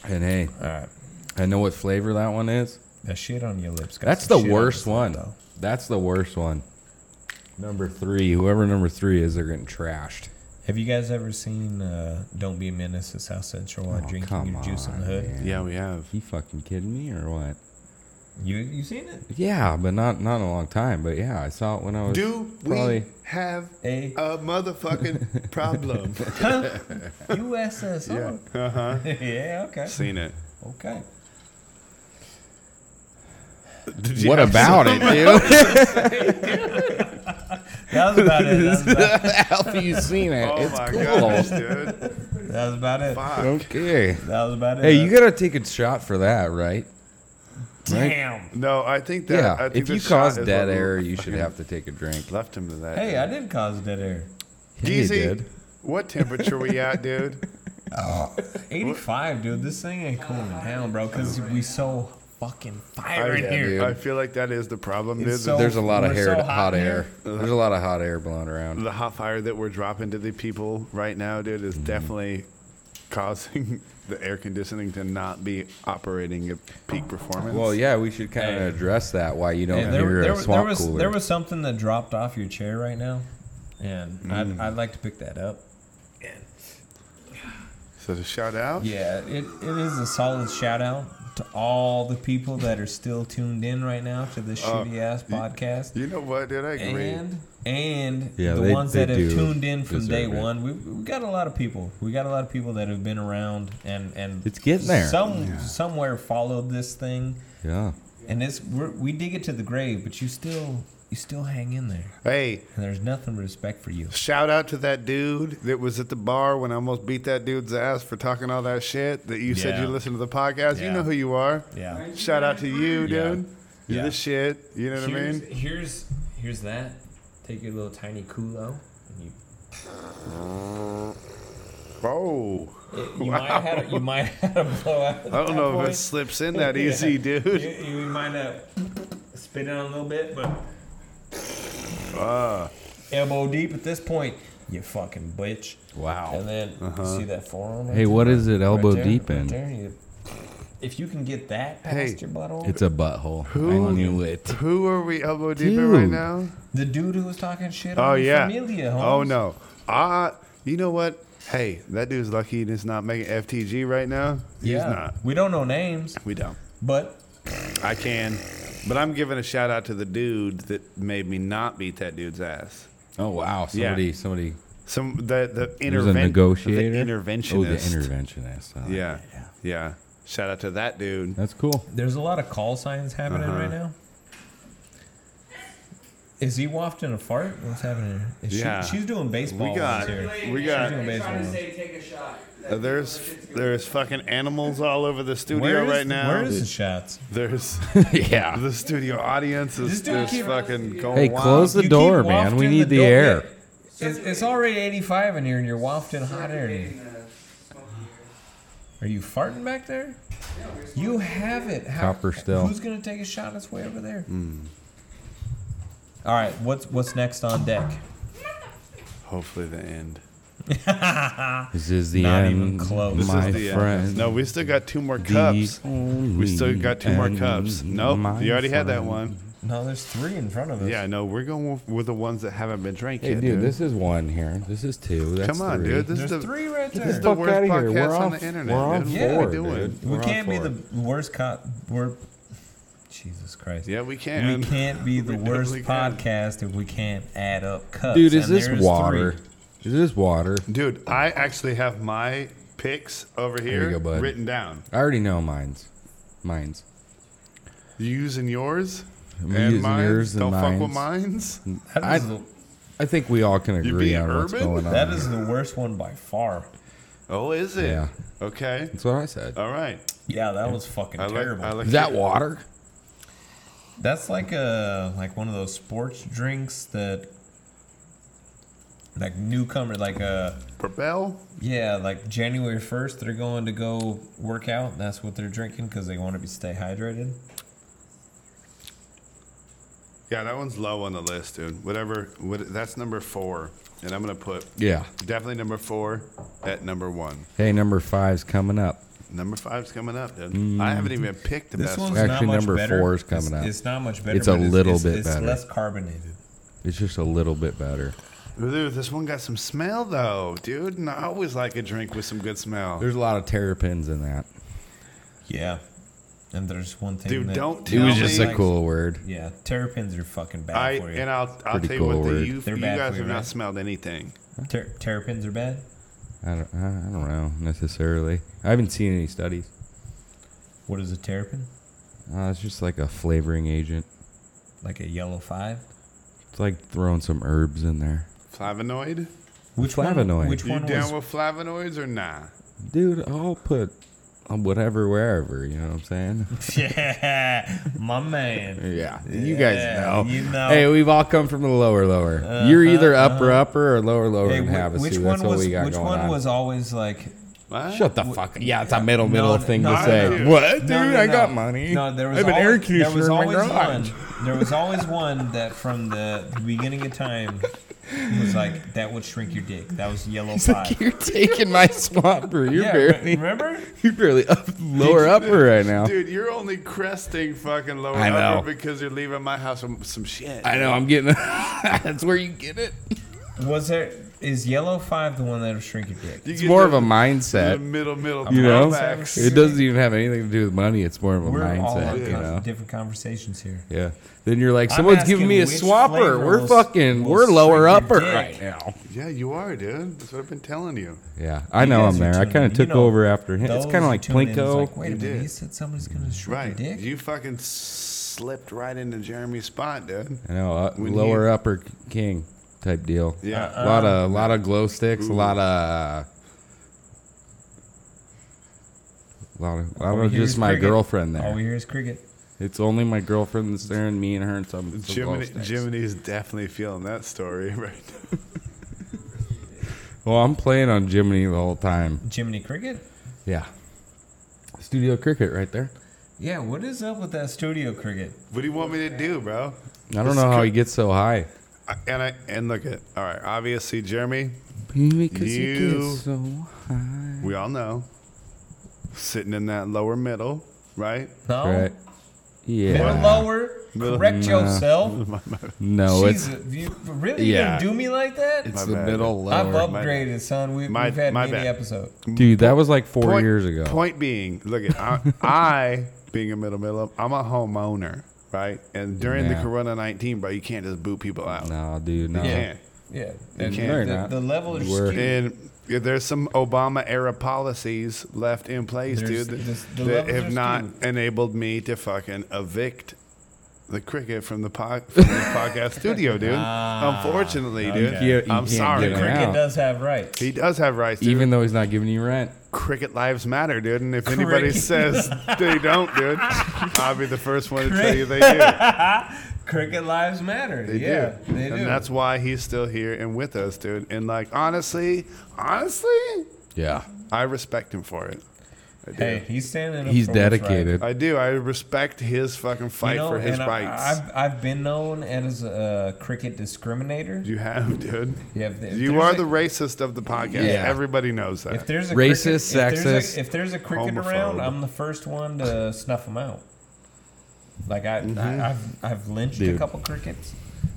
Speaker 1: one. And hey,
Speaker 2: All right,
Speaker 1: I know what flavor that one is.
Speaker 2: that shit on your lips. got
Speaker 1: That's
Speaker 2: some
Speaker 1: the
Speaker 2: shit on
Speaker 1: worst
Speaker 2: its lip,
Speaker 1: one.
Speaker 2: though.
Speaker 1: That's the worst one. Number three. Whoever number three is, they're getting trashed.
Speaker 2: Have you guys ever seen uh, "Don't Be a Menace" at South Central while
Speaker 1: Oh,
Speaker 2: drinking
Speaker 1: come
Speaker 2: your juice in the
Speaker 1: on,
Speaker 2: hood?
Speaker 1: man.
Speaker 4: Yeah, we have.
Speaker 1: You fucking kidding me or what?
Speaker 2: You you seen it?
Speaker 1: Yeah, but not not in a long time. But yeah, I saw it when I was.
Speaker 4: Do
Speaker 1: Probably.
Speaker 4: we have
Speaker 2: A
Speaker 4: a motherfucking problem?
Speaker 2: USSR.
Speaker 4: yeah. Uh
Speaker 1: Uh-huh.
Speaker 4: huh.
Speaker 2: Oh, Yeah. okay.
Speaker 4: Seen it.
Speaker 2: Okay.
Speaker 4: Did
Speaker 1: What
Speaker 4: have
Speaker 1: about it, dude?
Speaker 2: That was about it. That was about,
Speaker 1: Have you seen it?
Speaker 4: Oh
Speaker 1: it's
Speaker 4: my
Speaker 1: cool.
Speaker 4: gosh, dude.
Speaker 2: that was about it.
Speaker 4: Fuck.
Speaker 1: Okay.
Speaker 2: That was about it.
Speaker 1: Hey, you gotta take a shot for that, right? Right?
Speaker 2: Damn.
Speaker 4: No, I think that.
Speaker 1: Yeah.
Speaker 4: I think
Speaker 1: if you
Speaker 4: the shot
Speaker 1: cause
Speaker 4: is
Speaker 1: dead
Speaker 4: what
Speaker 1: air, you should have to take a drink.
Speaker 4: Left him to that.
Speaker 2: Hey, I did cause dead air.
Speaker 1: Yeah, you did.
Speaker 4: What temperature we at, dude?
Speaker 2: 85, dude. This thing ain't cooling down, bro, because we so fucking fire in
Speaker 4: I,
Speaker 2: here.
Speaker 1: dude.
Speaker 4: I feel like that is the problem, dude.
Speaker 2: It's so-
Speaker 1: There's a lot of
Speaker 2: We're
Speaker 1: hair,
Speaker 2: so
Speaker 1: hot,
Speaker 2: hot in
Speaker 1: air. There's a lot of hot air blowing around.
Speaker 4: the hot fire that we're dropping to the people right now, dude, is definitely causing the air conditioning to not be operating at
Speaker 2: Oh.
Speaker 4: peak performance.
Speaker 1: Well, yeah, we should kind of
Speaker 2: Hey.
Speaker 1: address that. Why you don't
Speaker 2: Hey,
Speaker 1: hear
Speaker 2: there, there,
Speaker 1: a
Speaker 2: was-
Speaker 1: swamp
Speaker 2: there was
Speaker 1: cooler?
Speaker 2: there was something that dropped off your chair right now, and
Speaker 1: Mm.
Speaker 2: I'd, I'd like to pick that up.
Speaker 4: So to shout out,
Speaker 2: Yeah, it, it is a solid shout out to all the people that are still tuned in right now to this
Speaker 4: Uh,
Speaker 2: shitty ass podcast.
Speaker 4: You know what, dude? I agree.
Speaker 2: and and
Speaker 1: Yeah,
Speaker 2: the
Speaker 1: they-
Speaker 2: ones
Speaker 1: they
Speaker 2: that have
Speaker 1: do
Speaker 2: tuned in from day
Speaker 1: deserve it.
Speaker 2: one, we we got a lot of people. We got a lot of people that have been around and and
Speaker 1: It's getting there.
Speaker 2: Some somewhere followed this thing,
Speaker 1: Yeah.
Speaker 2: and it's we're, we dig it to the grave, but you still you still hang in there,
Speaker 4: Hey,
Speaker 2: and there's nothing but respect for you.
Speaker 4: shout out to that dude that was at the bar when I almost beat that dude's ass for talking all that shit that you said
Speaker 2: Yeah.
Speaker 4: you listened to the podcast. You
Speaker 2: Yeah.
Speaker 4: know who you are.
Speaker 2: Yeah,
Speaker 4: Shout out to you,
Speaker 2: Yeah.
Speaker 4: dude. You're
Speaker 2: Yeah.
Speaker 4: the shit. You know what I
Speaker 6: here's,
Speaker 4: mean?
Speaker 6: here's here's that. Take your little tiny culo. And you
Speaker 4: Oh,
Speaker 2: you might have you might have a blowout. at
Speaker 4: I
Speaker 2: that
Speaker 4: don't know if it
Speaker 2: point.
Speaker 4: slips in that
Speaker 2: Yeah.
Speaker 4: easy, dude.
Speaker 2: You, you might have spit it on a little bit, but
Speaker 4: Ah.
Speaker 2: elbow deep at this point. You fucking bitch.
Speaker 4: Oh.
Speaker 1: Wow.
Speaker 2: And then
Speaker 4: Uh-huh.
Speaker 2: you see that forearm. Right
Speaker 1: Hey,
Speaker 2: there?
Speaker 1: what is it elbow
Speaker 2: Right there,
Speaker 1: deep
Speaker 2: right
Speaker 1: in?
Speaker 2: there, you- if you can get that past
Speaker 4: Hey,
Speaker 2: your butthole,
Speaker 1: It's a butthole.
Speaker 4: Who-
Speaker 1: I knew it.
Speaker 4: Who are we elbow deep in right
Speaker 1: Dude.
Speaker 4: now?
Speaker 2: the dude who was talking shit.
Speaker 4: Oh
Speaker 2: on
Speaker 4: yeah.
Speaker 2: Familia,
Speaker 4: oh
Speaker 2: homes.
Speaker 4: no. Ah, you know what? Hey, that dude's lucky he's not making FTG right now. He's
Speaker 2: yeah.
Speaker 4: not.
Speaker 2: We don't know names,
Speaker 4: We don't.
Speaker 2: but
Speaker 4: I can, but I'm giving a shout out to the dude that made me not beat that dude's ass.
Speaker 1: Oh wow. Somebody somebody
Speaker 4: Some the the
Speaker 1: there's a
Speaker 4: interven-
Speaker 1: negotiator.
Speaker 4: the
Speaker 1: Oh the
Speaker 4: interventionist.
Speaker 1: interventionist. huh?
Speaker 4: yeah. yeah, Shout out to that dude.
Speaker 1: That's cool.
Speaker 2: there's a lot of call signs happening right
Speaker 4: Uh-huh.
Speaker 2: now. Is he wafting a fart? What's happening? Is she-
Speaker 4: Yeah.
Speaker 2: she's doing baseball.
Speaker 4: We got-
Speaker 2: ones here.
Speaker 4: We got-
Speaker 2: She's doing
Speaker 3: They're
Speaker 2: baseball.
Speaker 3: trying to
Speaker 2: ones.
Speaker 3: say take a shot.
Speaker 4: Uh, there's there's fucking animals all over the studio
Speaker 2: Where is-
Speaker 4: right now.
Speaker 2: Where is the shots?
Speaker 4: there's
Speaker 1: yeah.
Speaker 4: the studio audience is
Speaker 2: This dude
Speaker 4: just
Speaker 2: keep-
Speaker 4: fucking going
Speaker 1: Hey,
Speaker 4: wild.
Speaker 1: close the
Speaker 2: You keep
Speaker 1: door, man.
Speaker 2: wafting
Speaker 1: We need the,
Speaker 2: door-
Speaker 1: air.
Speaker 2: It's, it's already 85 in here, and you're wafting hot air. in here. Are you farting back there? You have it. How,
Speaker 1: Copper still.
Speaker 2: Who's gonna take a shot? It's way over there.
Speaker 4: Hmm.
Speaker 2: All right. What's what's next on deck?
Speaker 4: Hopefully the end.
Speaker 1: This is the
Speaker 2: Not
Speaker 1: end,
Speaker 2: even close.
Speaker 4: This
Speaker 1: my
Speaker 4: is the
Speaker 1: friend.
Speaker 4: end. No, we still got two more
Speaker 1: The
Speaker 4: cups.
Speaker 1: only
Speaker 4: We still got two more
Speaker 1: end,
Speaker 4: cups. Nope,
Speaker 1: my
Speaker 4: you already had that
Speaker 1: friend.
Speaker 4: one.
Speaker 2: No, there's three in front of us.
Speaker 4: Yeah, no, we're going with the ones that haven't been drank
Speaker 1: Hey,
Speaker 4: yet.
Speaker 1: dude, this is one here. This is two. That's
Speaker 4: Come on,
Speaker 1: three.
Speaker 4: dude. This
Speaker 2: There's
Speaker 4: is the
Speaker 2: three right
Speaker 4: This
Speaker 2: there.
Speaker 4: is the
Speaker 1: fuck
Speaker 4: worst
Speaker 1: outta here.
Speaker 4: podcast
Speaker 1: We're
Speaker 4: on,
Speaker 1: on-
Speaker 4: the internet.
Speaker 1: we're on
Speaker 4: dude.
Speaker 2: four,
Speaker 4: what are we doing?
Speaker 1: dude.
Speaker 2: We
Speaker 1: We're on
Speaker 2: can't be
Speaker 1: for
Speaker 2: the worst cop. We're Jesus Christ.
Speaker 4: Yeah, we can.
Speaker 2: We can't be the
Speaker 4: We
Speaker 2: worst
Speaker 4: definitely can.
Speaker 2: podcast if we can't add up cups.
Speaker 1: Dude, is
Speaker 2: and
Speaker 1: this
Speaker 2: there's
Speaker 1: water?
Speaker 2: three.
Speaker 1: Is this water?
Speaker 4: Dude, I actually have my picks over
Speaker 1: you
Speaker 4: here
Speaker 1: go, bud.
Speaker 4: written down.
Speaker 1: I already know mine's. Mine's.
Speaker 4: You using yours?
Speaker 1: I'm
Speaker 4: and
Speaker 1: using
Speaker 4: mine?
Speaker 1: yours and
Speaker 4: Don't fuck with
Speaker 1: mine's.
Speaker 4: mines.
Speaker 2: That
Speaker 1: I-
Speaker 2: is the-
Speaker 1: I think we all can
Speaker 4: You
Speaker 1: agree
Speaker 4: being
Speaker 1: on what's
Speaker 4: urban?
Speaker 1: going on.
Speaker 2: That is the worst one by far.
Speaker 4: Oh, is it?
Speaker 1: Yeah.
Speaker 4: Okay.
Speaker 1: That's what I
Speaker 2: Uh,
Speaker 1: said.
Speaker 4: All right.
Speaker 2: Yeah, that was fucking
Speaker 4: I like.
Speaker 2: terrible.
Speaker 4: I like
Speaker 1: Is that
Speaker 4: your-
Speaker 1: water?
Speaker 2: That's like a like one of those sports drinks that like newcomer like uh
Speaker 4: Propel.
Speaker 2: yeah like January first they're going to go work out. and That's what they're drinking because they want to be stay hydrated.
Speaker 4: Yeah, that one's low on the list, dude. Whatever. What, that's number four, and I'm gonna put
Speaker 1: Yeah.
Speaker 4: definitely number four at number one.
Speaker 1: Hey, number five's coming up.
Speaker 4: Number five's coming up, dude. I haven't
Speaker 1: Mm.
Speaker 4: even picked the
Speaker 2: This
Speaker 4: best
Speaker 2: one's
Speaker 4: one.
Speaker 1: Actually,
Speaker 2: not much
Speaker 1: number
Speaker 2: better.
Speaker 1: four is
Speaker 2: It's-
Speaker 1: coming up.
Speaker 2: It's not much better.
Speaker 1: It's a
Speaker 2: but
Speaker 1: little
Speaker 2: it's,
Speaker 1: bit
Speaker 2: it's
Speaker 1: better.
Speaker 2: less carbonated.
Speaker 1: It's just a little bit better.
Speaker 4: Ooh, this one got some smell though, dude. And I always like a drink with some good smell.
Speaker 1: There's a lot of terrapins in that.
Speaker 2: Yeah, and there's one thing.
Speaker 4: Dude,
Speaker 2: that,
Speaker 4: don't
Speaker 1: It
Speaker 4: tell
Speaker 1: was
Speaker 4: me.
Speaker 1: just a cool word.
Speaker 2: Yeah, terrapins are fucking bad
Speaker 4: I
Speaker 2: for you.
Speaker 4: and I'll I'll
Speaker 1: Pretty
Speaker 4: tell you what
Speaker 1: cool
Speaker 4: the,
Speaker 1: word.
Speaker 4: you, you
Speaker 2: They're bad
Speaker 4: guys
Speaker 2: for you,
Speaker 4: have not
Speaker 2: right?
Speaker 4: smelled anything.
Speaker 2: Ter- terrapins are bad.
Speaker 1: I don't, I I don't know necessarily. I haven't seen any studies.
Speaker 2: What is a terrapin?
Speaker 1: Uh, it's just like a flavoring agent.
Speaker 2: Like a yellow five.
Speaker 1: It's like throwing some herbs in there.
Speaker 4: Flavonoid?
Speaker 2: Which One,
Speaker 1: Flavonoid.
Speaker 2: which
Speaker 4: You
Speaker 2: one was?
Speaker 4: down with flavonoids or nah?
Speaker 1: Dude, I'll put on whatever, wherever. You know what I'm saying?
Speaker 2: yeah, my man.
Speaker 1: Yeah, you guys
Speaker 2: Yeah,
Speaker 1: know.
Speaker 2: you know.
Speaker 1: Hey, we've all come from the lower, lower. You're either upper, upper, or lower, lower
Speaker 2: Uh-huh. Hey,
Speaker 1: in
Speaker 2: wh-
Speaker 1: Havasu.
Speaker 2: which
Speaker 1: That's
Speaker 2: one
Speaker 1: what
Speaker 2: was?
Speaker 1: we got
Speaker 2: Which
Speaker 1: going
Speaker 2: one
Speaker 1: on.
Speaker 2: was always like?
Speaker 4: What?
Speaker 1: Shut the fuck up. Yeah, it's a middle, middle
Speaker 2: no,
Speaker 1: thing
Speaker 2: no,
Speaker 1: to
Speaker 2: no,
Speaker 1: say.
Speaker 4: no.
Speaker 1: What, dude?
Speaker 2: No, no,
Speaker 1: I
Speaker 2: no.
Speaker 1: got money.
Speaker 2: No, there was
Speaker 1: I have an
Speaker 2: always,
Speaker 1: air conditioner
Speaker 2: there was
Speaker 1: in my
Speaker 2: always
Speaker 1: garage.
Speaker 2: one. There was always one that from the, the beginning of time was like that would shrink your dick. That was yellow
Speaker 1: He's
Speaker 2: five.
Speaker 1: like, you're taking my swamp, bro. You're
Speaker 2: yeah, re-
Speaker 1: barely,
Speaker 2: remember?
Speaker 1: you're barely up, lower, upper right now.
Speaker 4: Dude, you're only cresting fucking lower
Speaker 1: I know.
Speaker 4: upper because you're leaving my house with some shit.
Speaker 1: I know. I'm getting. that's where you get it.
Speaker 2: Was there is yellow five the one that'll shrink your dick?
Speaker 1: It's more of a mindset.
Speaker 4: the middle, middle,
Speaker 1: you know,
Speaker 4: throwbacks.
Speaker 1: it doesn't even have anything to do with money. It's more of a
Speaker 2: We're all on
Speaker 1: mindset, you
Speaker 2: con-
Speaker 1: know.
Speaker 2: different conversations here.
Speaker 1: Yeah. Then you're like,
Speaker 2: I'm
Speaker 1: someone's giving
Speaker 2: asking
Speaker 1: me a
Speaker 2: which
Speaker 1: swapper.
Speaker 2: flavor
Speaker 1: We're
Speaker 2: will-
Speaker 1: fucking,
Speaker 2: will
Speaker 1: we're lower
Speaker 2: shrink your
Speaker 1: upper
Speaker 2: dick.
Speaker 1: right now.
Speaker 4: Yeah, you are, dude. That's what I've been telling you.
Speaker 1: Yeah, I know I'm
Speaker 2: guys are
Speaker 1: there. I
Speaker 2: tuning
Speaker 1: kind
Speaker 2: in.
Speaker 1: of
Speaker 2: You
Speaker 1: took
Speaker 2: know,
Speaker 1: over after him. It's
Speaker 2: those
Speaker 1: kind of
Speaker 2: who
Speaker 1: like
Speaker 2: tune in is
Speaker 1: Plinko.
Speaker 2: like, Wait a
Speaker 4: You
Speaker 2: minute,
Speaker 4: did.
Speaker 2: he said somebody's gonna shrink
Speaker 4: Right.
Speaker 2: your dick.
Speaker 4: You fucking slipped right into Jeremy's spot, dude.
Speaker 1: I know, uh,
Speaker 4: When
Speaker 1: lower
Speaker 4: you-
Speaker 1: upper king type deal.
Speaker 4: Yeah. uh, Um,
Speaker 1: a lot of lot of glow sticks, a
Speaker 4: Ooh.
Speaker 1: lot of. A lot of, I
Speaker 2: All
Speaker 1: don't
Speaker 2: we
Speaker 1: know,
Speaker 2: hear
Speaker 1: just
Speaker 2: is
Speaker 1: my
Speaker 2: cricket.
Speaker 1: girlfriend
Speaker 2: All we
Speaker 1: there.
Speaker 2: hear is cricket.
Speaker 1: It's only my girlfriend that's there, and me and her and some, some glow
Speaker 4: Jiminy,
Speaker 1: sticks.
Speaker 4: Jiminy's definitely feeling that story right now.
Speaker 1: Well, I'm playing on Jiminy the whole time.
Speaker 2: Jiminy Cricket?
Speaker 1: Yeah, studio cricket right there.
Speaker 2: Yeah, what is up with that studio cricket?
Speaker 4: What do you want me to do, bro?
Speaker 1: I don't know how he gets so high.
Speaker 4: I- And I and look at all right. Obviously, Jeremy,
Speaker 1: Because
Speaker 4: he
Speaker 1: he
Speaker 4: You-
Speaker 1: gets
Speaker 4: gets
Speaker 1: so high.
Speaker 4: we all know, sitting in that lower middle, right?
Speaker 2: No.
Speaker 1: Right? Yeah.
Speaker 2: Middle lower.
Speaker 4: Middle-
Speaker 2: Correct
Speaker 1: Nah.
Speaker 2: yourself.
Speaker 1: No, it's
Speaker 2: Jesus, you, really? You
Speaker 1: Yeah.
Speaker 2: gonna do me like that?
Speaker 1: it's
Speaker 4: My
Speaker 1: the
Speaker 4: bad.
Speaker 1: middle lower.
Speaker 2: I've
Speaker 4: my-
Speaker 2: upgraded, son. We,
Speaker 4: my-
Speaker 2: we've had
Speaker 4: my
Speaker 2: many
Speaker 4: bad.
Speaker 2: episodes.
Speaker 1: Dude, that was like four
Speaker 4: Point-
Speaker 1: years ago.
Speaker 4: Point being, look at I, I being a middle middle, I'm a homeowner, right? And during
Speaker 1: Yeah.
Speaker 4: the Corona 19, bro, you can't just boot people out.
Speaker 1: No, dude, no.
Speaker 4: You can't.
Speaker 2: Yeah. And
Speaker 4: can't. No,
Speaker 1: you're
Speaker 2: the,
Speaker 1: not.
Speaker 2: the level is
Speaker 1: We're-
Speaker 2: skewed.
Speaker 4: And if there's some Obama era policies left in place,
Speaker 2: There's-
Speaker 4: dude,
Speaker 2: this-
Speaker 4: that,
Speaker 2: the
Speaker 4: that
Speaker 2: levels are
Speaker 4: have not
Speaker 2: skewed.
Speaker 4: enabled me to fucking evict the cricket from the, po- from the podcast studio, dude.
Speaker 2: Ah,
Speaker 4: Unfortunately, dude.
Speaker 2: okay.
Speaker 1: You- you
Speaker 4: I'm
Speaker 1: can't
Speaker 4: sorry.
Speaker 1: get
Speaker 4: Cricket-
Speaker 1: out.
Speaker 2: Cricket does have rights.
Speaker 4: He does have rights, dude.
Speaker 1: Even though he's not giving you rent.
Speaker 4: cricket lives matter, dude. And if anybody
Speaker 2: Cricket-
Speaker 4: says they don't, dude, I'll be the first one to tell you they do.
Speaker 2: Cricket lives matter.
Speaker 4: They
Speaker 2: yeah,
Speaker 4: do.
Speaker 2: they do.
Speaker 4: And that's why he's still here and with us, dude. And like honestly, honestly,
Speaker 1: Yeah.
Speaker 4: I respect him for it. I do.
Speaker 2: hey, he's standing. Up
Speaker 1: He's
Speaker 2: for what's right.
Speaker 1: dedicated.
Speaker 4: I do. I respect his fucking
Speaker 2: You
Speaker 4: fight
Speaker 2: know,
Speaker 4: for his
Speaker 2: and I-
Speaker 4: rights.
Speaker 2: I've, I've been known as a cricket discriminator.
Speaker 4: you have, dude.
Speaker 2: Yeah, if- if
Speaker 4: you
Speaker 2: there's
Speaker 4: are
Speaker 2: a-
Speaker 4: the racist of the podcast.
Speaker 1: Yeah.
Speaker 4: Everybody knows that.
Speaker 2: If there's a
Speaker 1: Racist,
Speaker 2: cricket, if there's
Speaker 1: sexist,
Speaker 2: a, if there's a cricket
Speaker 4: homophobe.
Speaker 2: around, I'm the first one to snuff them out. Like I, I I've I've lynched
Speaker 1: Mm-hmm. Dude.
Speaker 2: a couple crickets.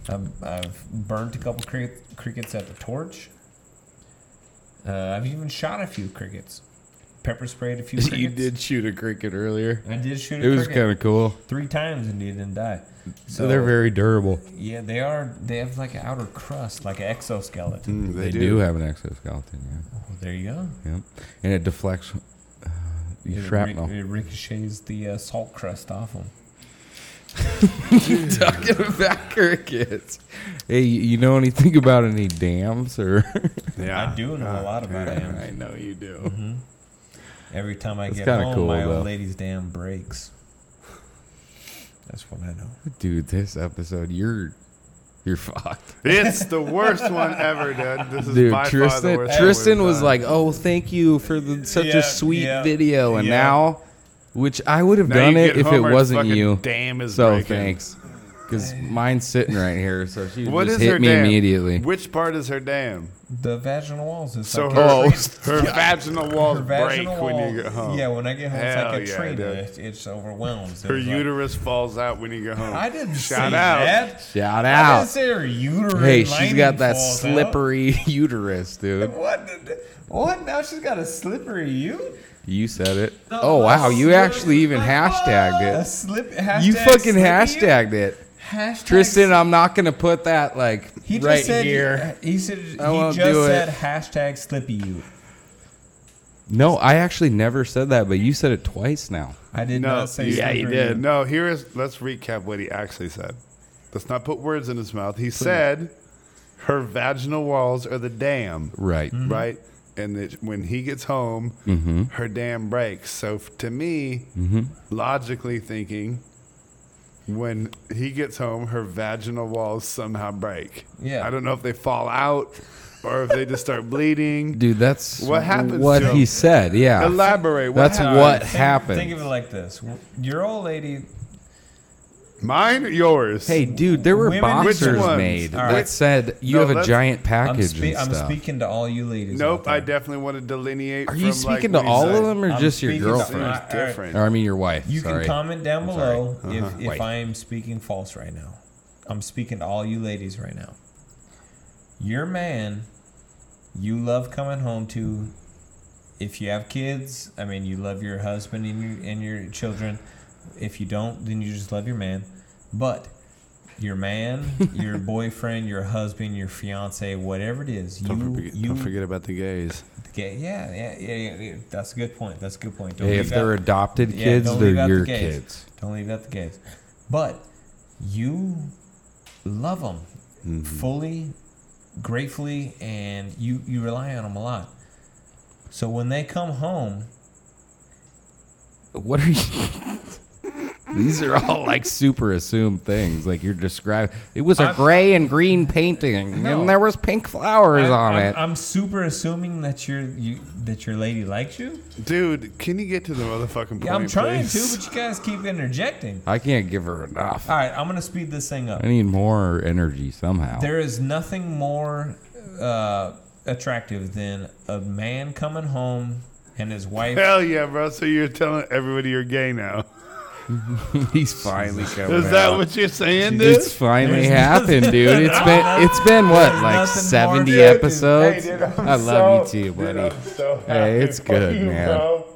Speaker 2: I've, I've burnt a couple cricket, crickets at the torch. Uh, I've even shot a few crickets. Pepper sprayed a few crickets.
Speaker 1: you did shoot a cricket earlier.
Speaker 2: I did shoot a
Speaker 1: It was
Speaker 2: cricket
Speaker 1: kind of cool.
Speaker 2: three times and he didn't die.
Speaker 1: So they're very durable.
Speaker 2: Yeah, they are. They have like an outer crust, like an exoskeleton.
Speaker 4: Mm,
Speaker 1: They, do. have an exoskeleton,
Speaker 2: Well, there you go.
Speaker 1: yeah. Yep. And it deflects uh, the
Speaker 2: It,
Speaker 1: shrapnel.
Speaker 2: ric- it ricochets the uh, salt crust off them.
Speaker 1: Talking about crickets. Hey, you you know anything about any dams or?
Speaker 4: Yeah. Uh,
Speaker 2: I do know
Speaker 1: Ah,
Speaker 2: a lot about dams.
Speaker 1: know you do.
Speaker 2: Every time I
Speaker 1: That's
Speaker 2: get
Speaker 1: kinda
Speaker 2: home,
Speaker 1: cool,
Speaker 2: my
Speaker 1: though.
Speaker 2: old lady's dam breaks. That's what I know.
Speaker 1: Dude, this episode, you're you're fucked.
Speaker 4: It's the worst one ever, dude. This is
Speaker 1: Dude,
Speaker 4: by far the
Speaker 1: Tristan
Speaker 4: worst. one we've
Speaker 1: Tristan was
Speaker 4: done.
Speaker 1: like, "Oh, thank you for the, such
Speaker 2: Yeah,
Speaker 1: a sweet
Speaker 2: yeah,
Speaker 1: video," and
Speaker 2: yeah.
Speaker 1: now, which I would have
Speaker 4: Now
Speaker 1: done
Speaker 4: you
Speaker 1: it
Speaker 4: get
Speaker 1: if it
Speaker 4: home and
Speaker 1: wasn't
Speaker 4: fucking
Speaker 1: you.
Speaker 4: Damn is
Speaker 1: So
Speaker 4: breaking.
Speaker 1: thanks, because mine's sitting right here, so she
Speaker 4: What is
Speaker 1: just hit
Speaker 4: her
Speaker 1: me
Speaker 4: dam?
Speaker 1: immediately.
Speaker 4: Which part is her dam?
Speaker 2: The vaginal walls is
Speaker 4: So
Speaker 2: like
Speaker 4: her,
Speaker 2: a-
Speaker 1: Oh.
Speaker 4: her vaginal walls
Speaker 2: her
Speaker 4: break
Speaker 2: vaginal
Speaker 4: when you
Speaker 2: walls-
Speaker 4: get home.
Speaker 2: Yeah, when I get home,
Speaker 4: Hell
Speaker 2: it's
Speaker 4: yeah,
Speaker 2: like a tree.
Speaker 4: dude.
Speaker 2: It's, it's overwhelms.
Speaker 4: Her
Speaker 2: It's like-
Speaker 4: uterus falls out when you get home.
Speaker 2: I didn't
Speaker 4: Shout
Speaker 2: say
Speaker 4: out.
Speaker 2: that.
Speaker 1: Shout
Speaker 2: I
Speaker 1: out!
Speaker 2: didn't say her uterine
Speaker 1: Hey, she's
Speaker 2: lining
Speaker 1: got that
Speaker 2: falls out.
Speaker 1: slippery uterus, dude.
Speaker 2: What? the- What? Now she's got a slippery you?
Speaker 1: You said it.
Speaker 2: No,
Speaker 1: Oh
Speaker 2: my
Speaker 1: wow, you
Speaker 2: slippery-
Speaker 1: actually even
Speaker 2: A
Speaker 1: hashtagged
Speaker 2: slip.
Speaker 1: it.
Speaker 2: Hashtag
Speaker 1: You fucking
Speaker 2: slippery you?
Speaker 1: hashtagged it.
Speaker 2: Hashtag
Speaker 1: Tristan, I'm not gonna put that like
Speaker 2: He just
Speaker 1: right
Speaker 2: said,
Speaker 1: here.
Speaker 2: He said he
Speaker 1: I won't
Speaker 2: just
Speaker 1: do it.
Speaker 2: said hashtag slippy you.
Speaker 1: No, I actually never said that, but you said it twice now.
Speaker 2: I did
Speaker 4: No,
Speaker 2: not say
Speaker 4: yeah, he
Speaker 2: slippery
Speaker 4: did.
Speaker 2: you.
Speaker 4: No, here is. Let's recap what he actually said. Let's not put words in his mouth. He said, "Her vaginal walls are the dam,
Speaker 1: Right.
Speaker 4: right?" And that when he gets home, her dam breaks. So f- to me, logically thinking, when he gets home, her vaginal walls somehow break.
Speaker 2: Yeah.
Speaker 4: I don't know if they fall out or if they just start bleeding.
Speaker 1: Dude, that's
Speaker 4: What happens
Speaker 1: what
Speaker 4: to him?
Speaker 1: he said. Yeah.
Speaker 4: Elaborate. What
Speaker 1: That's
Speaker 4: happened?
Speaker 1: what
Speaker 2: Think-
Speaker 1: happened.
Speaker 2: Think of it like this: your old lady.
Speaker 4: Mine or yours?
Speaker 1: hey, dude, there were
Speaker 2: Women-
Speaker 4: Which
Speaker 1: boxers
Speaker 4: ones?
Speaker 1: made
Speaker 4: All
Speaker 1: that
Speaker 4: right.
Speaker 1: said you
Speaker 4: No,
Speaker 1: have a
Speaker 4: let's-
Speaker 1: giant
Speaker 2: I'm,
Speaker 1: package
Speaker 2: spe-
Speaker 1: and
Speaker 2: I'm
Speaker 1: stuff.
Speaker 2: speaking to all you ladies. out
Speaker 4: Nope, I
Speaker 2: there.
Speaker 4: definitely want to delineate.
Speaker 1: Are you
Speaker 4: from, like,
Speaker 1: speaking
Speaker 4: what
Speaker 1: to
Speaker 4: he
Speaker 1: all of
Speaker 4: said.
Speaker 1: them or
Speaker 2: I'm
Speaker 1: just your
Speaker 2: speaking to-
Speaker 4: It's
Speaker 1: girlfriend?
Speaker 2: Alright,
Speaker 4: different.
Speaker 1: Or I mean your wife.
Speaker 2: You
Speaker 1: sorry.
Speaker 2: can comment down below if, if
Speaker 1: Wait.
Speaker 2: I am speaking false right now. I'm speaking to all you ladies right now. your man you love coming home to if you have kids i mean you love your husband and your, and your children if you don't then you just love your man but your man your boyfriend your husband your fiance whatever it is
Speaker 4: Don't,
Speaker 2: you,
Speaker 4: forget,
Speaker 2: you
Speaker 4: don't forget about the gays.
Speaker 2: yeah, yeah yeah yeah yeah that's a good point that's a good point don't
Speaker 1: Hey,
Speaker 2: leave
Speaker 1: if they're
Speaker 2: out-
Speaker 1: adopted
Speaker 2: yeah,
Speaker 1: kids,
Speaker 2: don't leave
Speaker 1: they're
Speaker 2: out the
Speaker 1: your
Speaker 2: gays.
Speaker 1: kids.
Speaker 2: Don't leave out the gays. But you love them
Speaker 1: Mm-hmm.
Speaker 2: fully, gratefully, and you, you rely on them a lot. So when they come home,
Speaker 1: What are you? These are all like super assumed things. Like you're describing. It was a
Speaker 2: I'm-
Speaker 1: gray and green painting,
Speaker 2: No.
Speaker 1: and there was pink flowers
Speaker 2: I'm,
Speaker 1: on
Speaker 2: I'm-
Speaker 1: it.
Speaker 2: I'm super assuming that your you that your lady likes you.
Speaker 4: Dude, can you get to the motherfucking point?
Speaker 2: Yeah, I'm trying
Speaker 4: please?
Speaker 2: to, but you guys keep interjecting.
Speaker 1: I can't give her enough.
Speaker 2: All right, I'm gonna speed this thing up.
Speaker 1: I need more energy somehow.
Speaker 2: There is nothing more uh, attractive than a man coming home and his wife
Speaker 4: Hell yeah, bro. So you're telling everybody you're gay now.
Speaker 1: He's finally coming.
Speaker 4: Is that what you're saying, dude?
Speaker 1: It's finally happened, dude. It's been it's been what like
Speaker 2: nothing
Speaker 1: seventy
Speaker 2: more to do.
Speaker 1: episodes.
Speaker 4: Hey, dude, I'm
Speaker 1: I love
Speaker 4: so-
Speaker 1: you too,
Speaker 4: dude,
Speaker 1: buddy.
Speaker 4: I'm so happy
Speaker 1: Hey, it's
Speaker 4: for
Speaker 1: good,
Speaker 4: you,
Speaker 1: man.
Speaker 4: bro.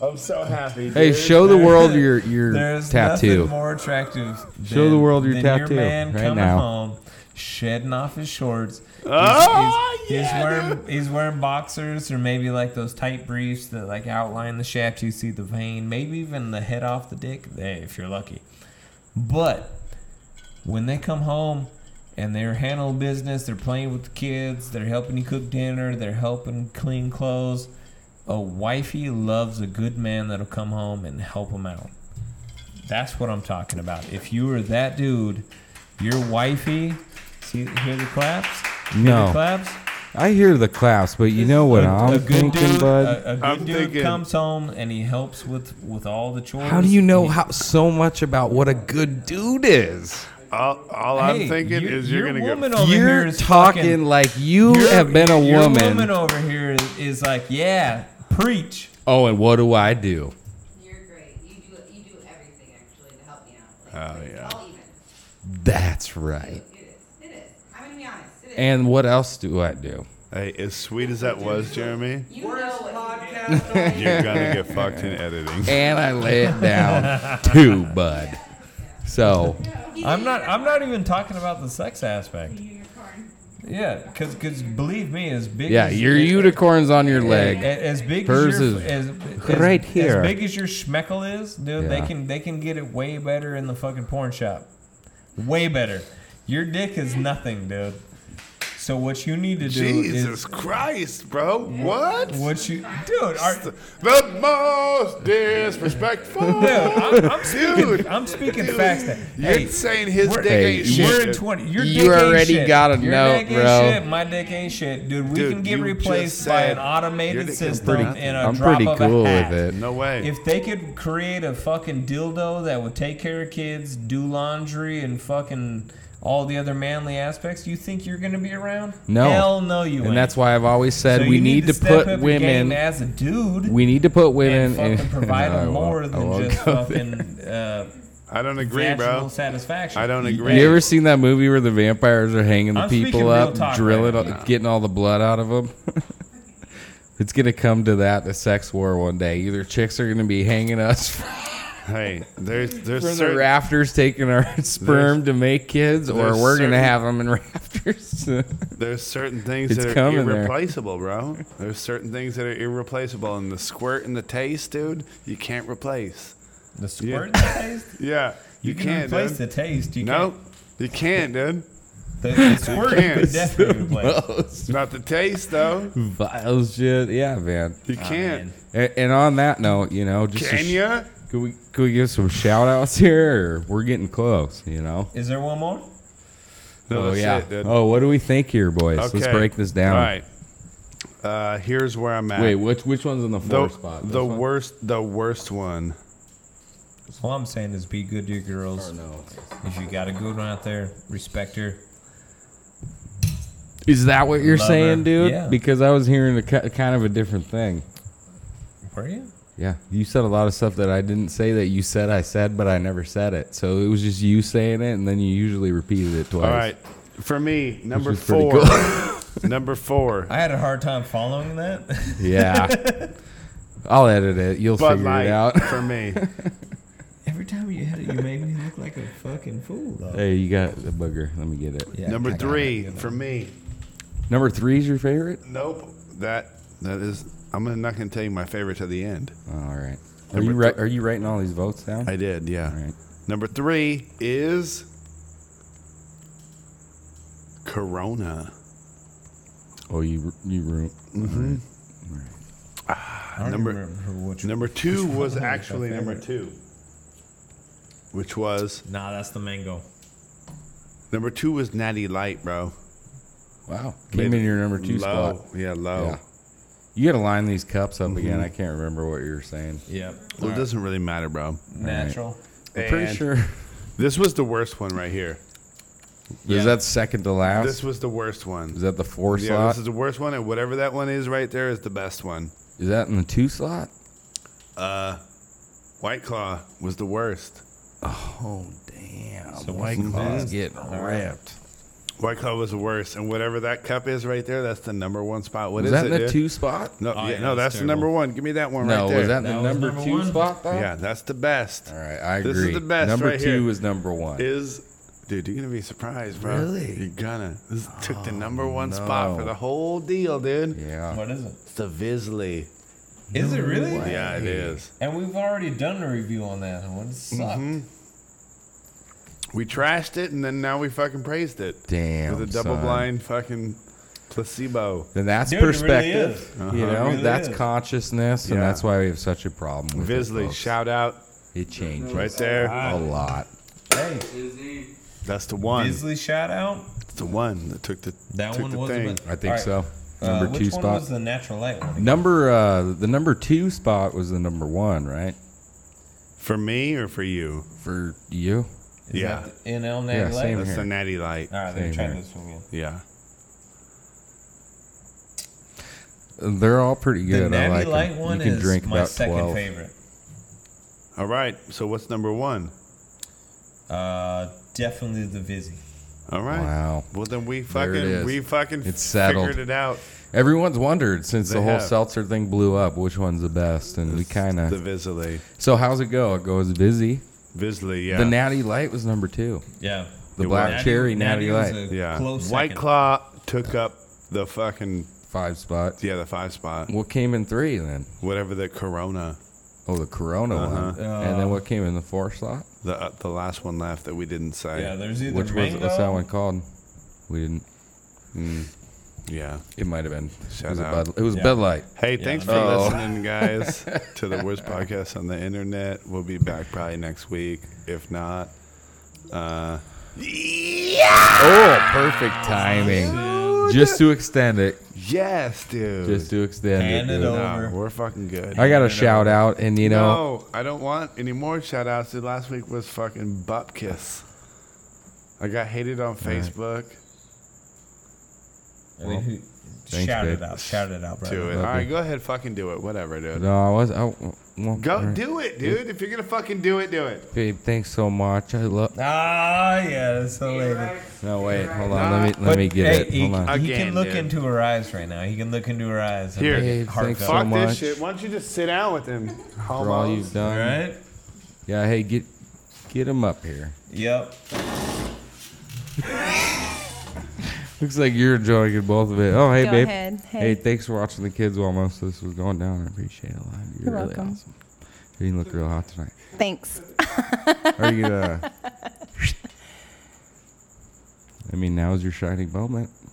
Speaker 4: I'm so happy.
Speaker 1: Hey,
Speaker 4: dude.
Speaker 1: show the world your your
Speaker 2: There's
Speaker 1: tattoo.
Speaker 2: nothing more attractive. Than,
Speaker 1: Show the world your
Speaker 2: than
Speaker 1: tattoo
Speaker 2: Your man
Speaker 1: right
Speaker 2: coming
Speaker 1: now.
Speaker 2: home, shedding off his shorts. He's,
Speaker 4: Oh,
Speaker 2: he's, he's
Speaker 4: yeah,
Speaker 2: wearing he's wearing boxers or maybe like those tight briefs that like outline the shaft. You see the vein, maybe even the head off the dick. Hey, if you're lucky. But when they come home and they're handling business, they're playing with the kids, they're helping you cook dinner, they're helping clean clothes. A wifey loves a good man that'll come home and help him out. That's what I'm talking about. If you were that dude, your wifey, see, hear the claps? Hear
Speaker 1: No.
Speaker 2: the claps?
Speaker 1: I hear the claps, but you know what
Speaker 2: A-
Speaker 1: I'm
Speaker 2: a good
Speaker 1: thinking,
Speaker 2: dude, uh,
Speaker 1: bud.
Speaker 2: A, a good
Speaker 4: I'm
Speaker 2: dude
Speaker 4: thinking-
Speaker 2: comes home and he helps with with all the chores.
Speaker 1: How do you know
Speaker 2: He-
Speaker 1: how so much about what a good dude is?
Speaker 4: All, all I'm
Speaker 2: Hey,
Speaker 4: thinking
Speaker 2: your-
Speaker 4: is you're
Speaker 2: your
Speaker 4: gonna
Speaker 2: woman
Speaker 4: go.
Speaker 2: over here
Speaker 1: You're
Speaker 2: is
Speaker 1: talking
Speaker 2: fucking-
Speaker 1: like you
Speaker 2: your-
Speaker 1: have been a
Speaker 2: your
Speaker 1: woman.
Speaker 2: woman over here is, is like, yeah, preach.
Speaker 1: Oh, and what do I do?
Speaker 7: You're great. You do you do everything actually to help me out.
Speaker 4: Oh,
Speaker 7: Like, like,
Speaker 4: yeah.
Speaker 7: It's all even.
Speaker 1: That's right.
Speaker 7: It is. It is. I'm gonna be honest. It is.
Speaker 1: And what else do I do?
Speaker 4: Hey, as sweet as that was, Jeremy,
Speaker 7: you know what podcast.
Speaker 4: you're gonna get fucked in editing.
Speaker 1: And I lay it down too, bud. So
Speaker 2: I'm not. I'm not even talking about the sex aspect.
Speaker 7: Unicorn.
Speaker 2: Yeah, because believe me, as big
Speaker 1: yeah,
Speaker 2: as,
Speaker 1: your unicorn's on your
Speaker 2: a-
Speaker 1: leg.
Speaker 2: a- as big
Speaker 1: Hers
Speaker 2: as your,
Speaker 1: is
Speaker 2: as,
Speaker 1: right
Speaker 2: as,
Speaker 1: here.
Speaker 2: As big as your schmeckle is, dude, they
Speaker 1: Yeah.
Speaker 2: can they can get it way better in the fucking porn shop. Way better. Your dick is nothing, dude. So what you need to do
Speaker 4: Jesus
Speaker 2: is
Speaker 4: Christ, bro! What?
Speaker 2: what you dude. Are, dude,
Speaker 4: The most disrespectful.
Speaker 2: I'm, I'm speaking.
Speaker 4: Dude.
Speaker 2: I'm speaking facts. That,
Speaker 4: You're
Speaker 2: hey,
Speaker 4: saying his
Speaker 2: we're,
Speaker 4: dick ain't
Speaker 1: Hey,
Speaker 2: we're
Speaker 4: shit.
Speaker 2: in 20. Your
Speaker 1: You
Speaker 2: dick ain't
Speaker 1: already
Speaker 2: shit.
Speaker 1: got a
Speaker 2: Your
Speaker 1: note,
Speaker 2: dick ain't
Speaker 1: bro.
Speaker 2: Shit. My dick ain't shit, dude. We
Speaker 4: Dude,
Speaker 2: can get
Speaker 4: you just
Speaker 2: replaced by
Speaker 4: said
Speaker 2: an
Speaker 4: your
Speaker 2: automated
Speaker 4: dick is
Speaker 2: system
Speaker 4: pretty-
Speaker 2: in a
Speaker 1: I'm
Speaker 2: drop
Speaker 1: pretty
Speaker 2: of
Speaker 1: cool
Speaker 2: a hat.
Speaker 1: with it.
Speaker 4: No way.
Speaker 2: If they could create a fucking dildo that would take care of kids, do laundry, and fucking all the other manly aspects, you think you're gonna be around?
Speaker 1: No.
Speaker 2: hell no, you.
Speaker 1: And
Speaker 2: ain't.
Speaker 1: that's why I've always said
Speaker 2: So
Speaker 1: we
Speaker 2: you
Speaker 1: need, to
Speaker 2: step
Speaker 1: put
Speaker 2: up your game
Speaker 1: women.
Speaker 2: as a dude.
Speaker 1: We need to put women
Speaker 2: and fucking provide
Speaker 1: No, I
Speaker 2: them more
Speaker 1: won't- I
Speaker 2: than
Speaker 1: won't
Speaker 2: just
Speaker 1: go there.
Speaker 2: fucking uh,
Speaker 4: I don't agree,
Speaker 2: vaginal
Speaker 4: bro.
Speaker 2: satisfaction.
Speaker 4: I don't agree.
Speaker 1: You ever seen that movie where the vampires are hanging the
Speaker 2: I'm speaking
Speaker 1: people
Speaker 2: real
Speaker 1: up,
Speaker 2: talk
Speaker 1: drilling,
Speaker 2: right
Speaker 1: all- getting all the blood out of them? it's gonna come to that, the sex war one day. Either chicks are gonna be hanging us from
Speaker 4: Hey, there's there's
Speaker 1: the
Speaker 4: certain,
Speaker 1: rafters, taking our sperm to make kids, or
Speaker 4: there's
Speaker 1: we're
Speaker 4: certain-
Speaker 1: gonna have them in rafters.
Speaker 4: there's certain things
Speaker 1: It's
Speaker 4: that are
Speaker 1: coming there.
Speaker 4: irreplaceable, bro. There's certain things that are irreplaceable, and the squirt and the taste, dude, you can't replace.
Speaker 2: The squirt in the taste.
Speaker 4: Yeah, you,
Speaker 2: You, can
Speaker 4: can't.
Speaker 2: replace the
Speaker 4: dude.
Speaker 2: taste. You
Speaker 4: No, you can't, dude.
Speaker 2: can't. The, the squirt
Speaker 4: can't.
Speaker 2: could definitely replace.
Speaker 4: Not the taste, though.
Speaker 1: Vile shit, yeah, man.
Speaker 4: You can't.
Speaker 1: And, and on that note, you know, just to
Speaker 4: Can
Speaker 1: sh-
Speaker 4: ya?
Speaker 1: could we could we give some shout outs here? Or we're getting close, you know.
Speaker 2: Is there one more?
Speaker 4: No,
Speaker 1: oh
Speaker 4: that's
Speaker 1: yeah.
Speaker 4: it, dude.
Speaker 1: oh, what do we think here, boys? Let's
Speaker 4: Okay.
Speaker 1: break this down.
Speaker 4: All right. Uh, here's where I'm at.
Speaker 1: Wait, which which one's in the
Speaker 4: the,
Speaker 1: four spot? This
Speaker 4: the
Speaker 1: one?
Speaker 4: worst, the worst one.
Speaker 2: All I'm saying is be good to your girls. If you got a good one out there, respect her.
Speaker 1: Is that what you're
Speaker 2: Lover.
Speaker 1: saying, dude?
Speaker 2: Yeah.
Speaker 1: Because I was hearing a ki- kind of a different thing.
Speaker 2: Were you?
Speaker 1: Yeah, you said a lot of stuff that I didn't say that you said I said, but I never said it. So it was just you saying it, and then you usually repeated it twice.
Speaker 4: All right. For me, number
Speaker 1: is pretty
Speaker 4: four. number four.
Speaker 2: I had a hard time following that.
Speaker 1: Yeah. I'll edit it. You'll
Speaker 4: Bud
Speaker 1: figure
Speaker 4: Light
Speaker 1: it out.
Speaker 4: for me.
Speaker 6: Every time you hit it, you made me look like a fucking fool. Though.
Speaker 1: Hey, you got the booger. Let me get it.
Speaker 6: Yeah, I
Speaker 4: Number
Speaker 6: got
Speaker 4: three
Speaker 6: it.
Speaker 4: for me.
Speaker 1: Number three is your favorite?
Speaker 4: Nope. That that is. I'm gonna- not gonna tell you my favorite to the end.
Speaker 1: All right. Are
Speaker 4: Number
Speaker 1: you
Speaker 4: th-
Speaker 1: ri- are you writing all these votes down?
Speaker 4: I did. Yeah.
Speaker 1: all right.
Speaker 4: Number three is Corona.
Speaker 1: Oh, you you room.
Speaker 4: Mm-hmm.
Speaker 2: I don't
Speaker 4: Number-
Speaker 2: remember which.
Speaker 4: Number two
Speaker 2: which one
Speaker 4: was
Speaker 2: my
Speaker 4: actually number
Speaker 2: favorite.
Speaker 4: two, which was
Speaker 2: Nah, that's the mango.
Speaker 4: number two was Natty Light, bro.
Speaker 1: Wow. Came in your number two
Speaker 4: low.
Speaker 1: spot.
Speaker 4: Yeah, low.
Speaker 1: Yeah. You got to line these cups up
Speaker 4: Mm-hmm.
Speaker 1: again. I can't remember what you were saying.
Speaker 2: Yep.
Speaker 4: Well, it doesn't really matter, bro.
Speaker 2: Natural.
Speaker 1: I'm pretty
Speaker 4: And-
Speaker 1: sure.
Speaker 4: This was the worst one right here.
Speaker 2: Yeah.
Speaker 1: Is that second to last?
Speaker 4: This was the worst
Speaker 1: is
Speaker 4: one.
Speaker 1: that the four
Speaker 4: Yeah,
Speaker 1: slot?
Speaker 4: this is the worst one, and whatever that one is right there is the best one. Uh,
Speaker 1: is that in the two slot?
Speaker 4: White Claw was the worst.
Speaker 1: Oh damn!
Speaker 2: So White what's Claw's this?
Speaker 1: getting ripped.
Speaker 4: White Claw was the worst, and whatever that cup is right there, that's the number one spot. What
Speaker 1: Was
Speaker 4: is
Speaker 1: that in
Speaker 4: it?
Speaker 1: the
Speaker 4: dude?
Speaker 1: two spot?
Speaker 4: No,
Speaker 2: Oh,
Speaker 4: yeah,
Speaker 2: yeah,
Speaker 4: no,
Speaker 2: that's
Speaker 4: that's the number one. Give me that one
Speaker 1: No,
Speaker 4: right there.
Speaker 1: was that,
Speaker 2: That
Speaker 1: the
Speaker 2: was
Speaker 1: number,
Speaker 2: number
Speaker 1: two
Speaker 2: one?
Speaker 1: spot? Though?
Speaker 4: Yeah, that's the best.
Speaker 1: All right, I agree.
Speaker 4: This is the best
Speaker 1: Number
Speaker 4: right
Speaker 1: two
Speaker 4: here.
Speaker 1: is number one.
Speaker 4: Is dude, you're gonna be surprised, bro.
Speaker 1: Really? Oh,
Speaker 4: You're gonna. This took the number one spot for
Speaker 1: no.
Speaker 4: the whole deal, dude.
Speaker 1: yeah.
Speaker 2: What is it?
Speaker 4: It's the Visley.
Speaker 2: Is it really?
Speaker 4: Yeah, it is.
Speaker 2: And we've already done a review on that. What it sucked.
Speaker 4: We trashed it, and then now we fucking praised it
Speaker 1: Damn.
Speaker 4: with a double
Speaker 1: son.
Speaker 4: blind fucking placebo.
Speaker 1: Then that's
Speaker 2: Dude, it really
Speaker 1: perspective.
Speaker 2: is.
Speaker 1: You
Speaker 2: Uh-huh. It
Speaker 1: know,
Speaker 2: really
Speaker 1: that's
Speaker 2: is.
Speaker 1: consciousness, and
Speaker 4: Yeah.
Speaker 1: that's why we have such a problem with it,
Speaker 4: Visley,
Speaker 1: folks.
Speaker 4: shout out
Speaker 1: It changes
Speaker 4: right there.
Speaker 1: a lot.
Speaker 2: Hey,
Speaker 4: That's the one.
Speaker 2: Beasley shout out.
Speaker 4: It's the one that took the
Speaker 2: That
Speaker 4: took
Speaker 2: one
Speaker 4: the
Speaker 2: was
Speaker 4: thing.
Speaker 2: the best.
Speaker 1: I think
Speaker 2: All
Speaker 1: so.
Speaker 2: right. Uh,
Speaker 1: Number
Speaker 2: which
Speaker 1: two
Speaker 2: one
Speaker 1: spot.
Speaker 2: was the natural light one?
Speaker 1: number uh, the number two spot was the number one, right?
Speaker 4: for me or for you.
Speaker 1: For you.
Speaker 2: Is
Speaker 4: yeah,
Speaker 2: that the NL natural
Speaker 1: Yeah,
Speaker 2: light?
Speaker 1: same.
Speaker 4: that's
Speaker 1: here.
Speaker 4: the natty light.
Speaker 2: All right, let me
Speaker 1: Same
Speaker 2: try
Speaker 1: here.
Speaker 2: this one again.
Speaker 4: Yeah,
Speaker 1: They're all pretty
Speaker 2: The
Speaker 1: good. I
Speaker 2: natty
Speaker 1: like 'em.
Speaker 2: light one
Speaker 1: you can
Speaker 2: is
Speaker 1: drink
Speaker 2: my
Speaker 1: about
Speaker 2: second
Speaker 1: 12.
Speaker 2: favorite.
Speaker 4: All right. So what's number one?
Speaker 2: Uh, definitely the Vizzy.
Speaker 4: All right.
Speaker 1: Wow.
Speaker 4: Well, then we
Speaker 1: There it
Speaker 4: fucking
Speaker 1: is.
Speaker 4: we fucking
Speaker 1: It's settled.
Speaker 4: figured it out.
Speaker 1: Everyone's wondered since
Speaker 4: They
Speaker 1: the whole
Speaker 4: have.
Speaker 1: seltzer thing blew up, which one's the best, and we kind
Speaker 4: the
Speaker 1: of.
Speaker 4: Visley.
Speaker 1: So how's it go? It goes busy.
Speaker 4: Visley, yeah.
Speaker 1: The Natty Light was number two.
Speaker 2: Yeah.
Speaker 1: The
Speaker 4: It
Speaker 1: Black
Speaker 4: was.
Speaker 1: Cherry Natty,
Speaker 2: was
Speaker 1: Light,
Speaker 2: a
Speaker 4: yeah.
Speaker 2: Close
Speaker 4: White
Speaker 2: second.
Speaker 4: Claw took up the fucking
Speaker 1: five spot.
Speaker 4: yeah the five spot.
Speaker 1: What came in three then?
Speaker 4: Whatever the Corona,
Speaker 1: Oh, the Corona
Speaker 4: Uh-huh.
Speaker 1: one, and
Speaker 2: Oh.
Speaker 1: then what came in the fourth slot?
Speaker 4: the uh, the last one left that we didn't say.
Speaker 2: Yeah, there's either
Speaker 1: Which was
Speaker 2: mango.
Speaker 1: what's that one called? We didn't.
Speaker 4: Yeah.
Speaker 1: It might have been.
Speaker 4: Shout
Speaker 1: it was, a
Speaker 4: out.
Speaker 1: Bud, it was
Speaker 2: Yeah.
Speaker 1: Bud Light.
Speaker 4: Hey, thanks for
Speaker 1: Oh.
Speaker 4: listening, guys, to the worst podcast on the internet. We'll be back probably next week, if not. Uh,
Speaker 1: Oh, perfect timing. Just to extend it.
Speaker 4: yes, dude.
Speaker 1: Just to extend
Speaker 2: Hand
Speaker 1: it.
Speaker 2: it
Speaker 1: dude.
Speaker 2: over.
Speaker 4: Nah, we're fucking good.
Speaker 1: I got a shout out, and you know.
Speaker 4: no, I don't want any more shout outs. Dude, last week was fucking butt kiss. I got hated on Facebook.
Speaker 2: I mean, who-
Speaker 1: thanks,
Speaker 2: shout
Speaker 1: babe.
Speaker 2: it out. Shout it out, bro.
Speaker 4: Do it. All right, go ahead, fucking do it. Whatever, dude.
Speaker 1: No, I was. I, well, all
Speaker 4: Go
Speaker 1: right.
Speaker 4: do it, dude. If you're gonna fucking do it, do it.
Speaker 1: Babe, thanks so much. I love.
Speaker 2: Ah, yeah, that's so late.
Speaker 1: No, wait, hold on. Let me
Speaker 2: But,
Speaker 1: let me get
Speaker 2: hey,
Speaker 1: it.
Speaker 2: He,
Speaker 1: Hold on.
Speaker 2: he
Speaker 4: Again,
Speaker 2: can look
Speaker 4: dude.
Speaker 2: into her eyes right now. He can look into her eyes. and
Speaker 4: Here.
Speaker 2: make it
Speaker 1: Hey,
Speaker 2: heartfelt.
Speaker 1: thanks so
Speaker 4: Fuck
Speaker 1: much
Speaker 4: this shit. Why don't you just sit down with him?
Speaker 1: for all you've
Speaker 2: All
Speaker 1: done.
Speaker 2: right.
Speaker 1: Yeah, hey, get get him up here.
Speaker 2: Yep.
Speaker 1: Looks like you're enjoying it, both of it. Oh, hey,
Speaker 8: Go
Speaker 1: babe.
Speaker 8: ahead. Hey.
Speaker 1: Hey, thanks for watching the kids while most of this was going down. I appreciate it a lot. You're,
Speaker 8: You're
Speaker 1: really
Speaker 8: welcome.
Speaker 1: awesome. You look real hot tonight. uh,
Speaker 8: Thanks.
Speaker 1: Are you gonna? I mean, now's your shining moment.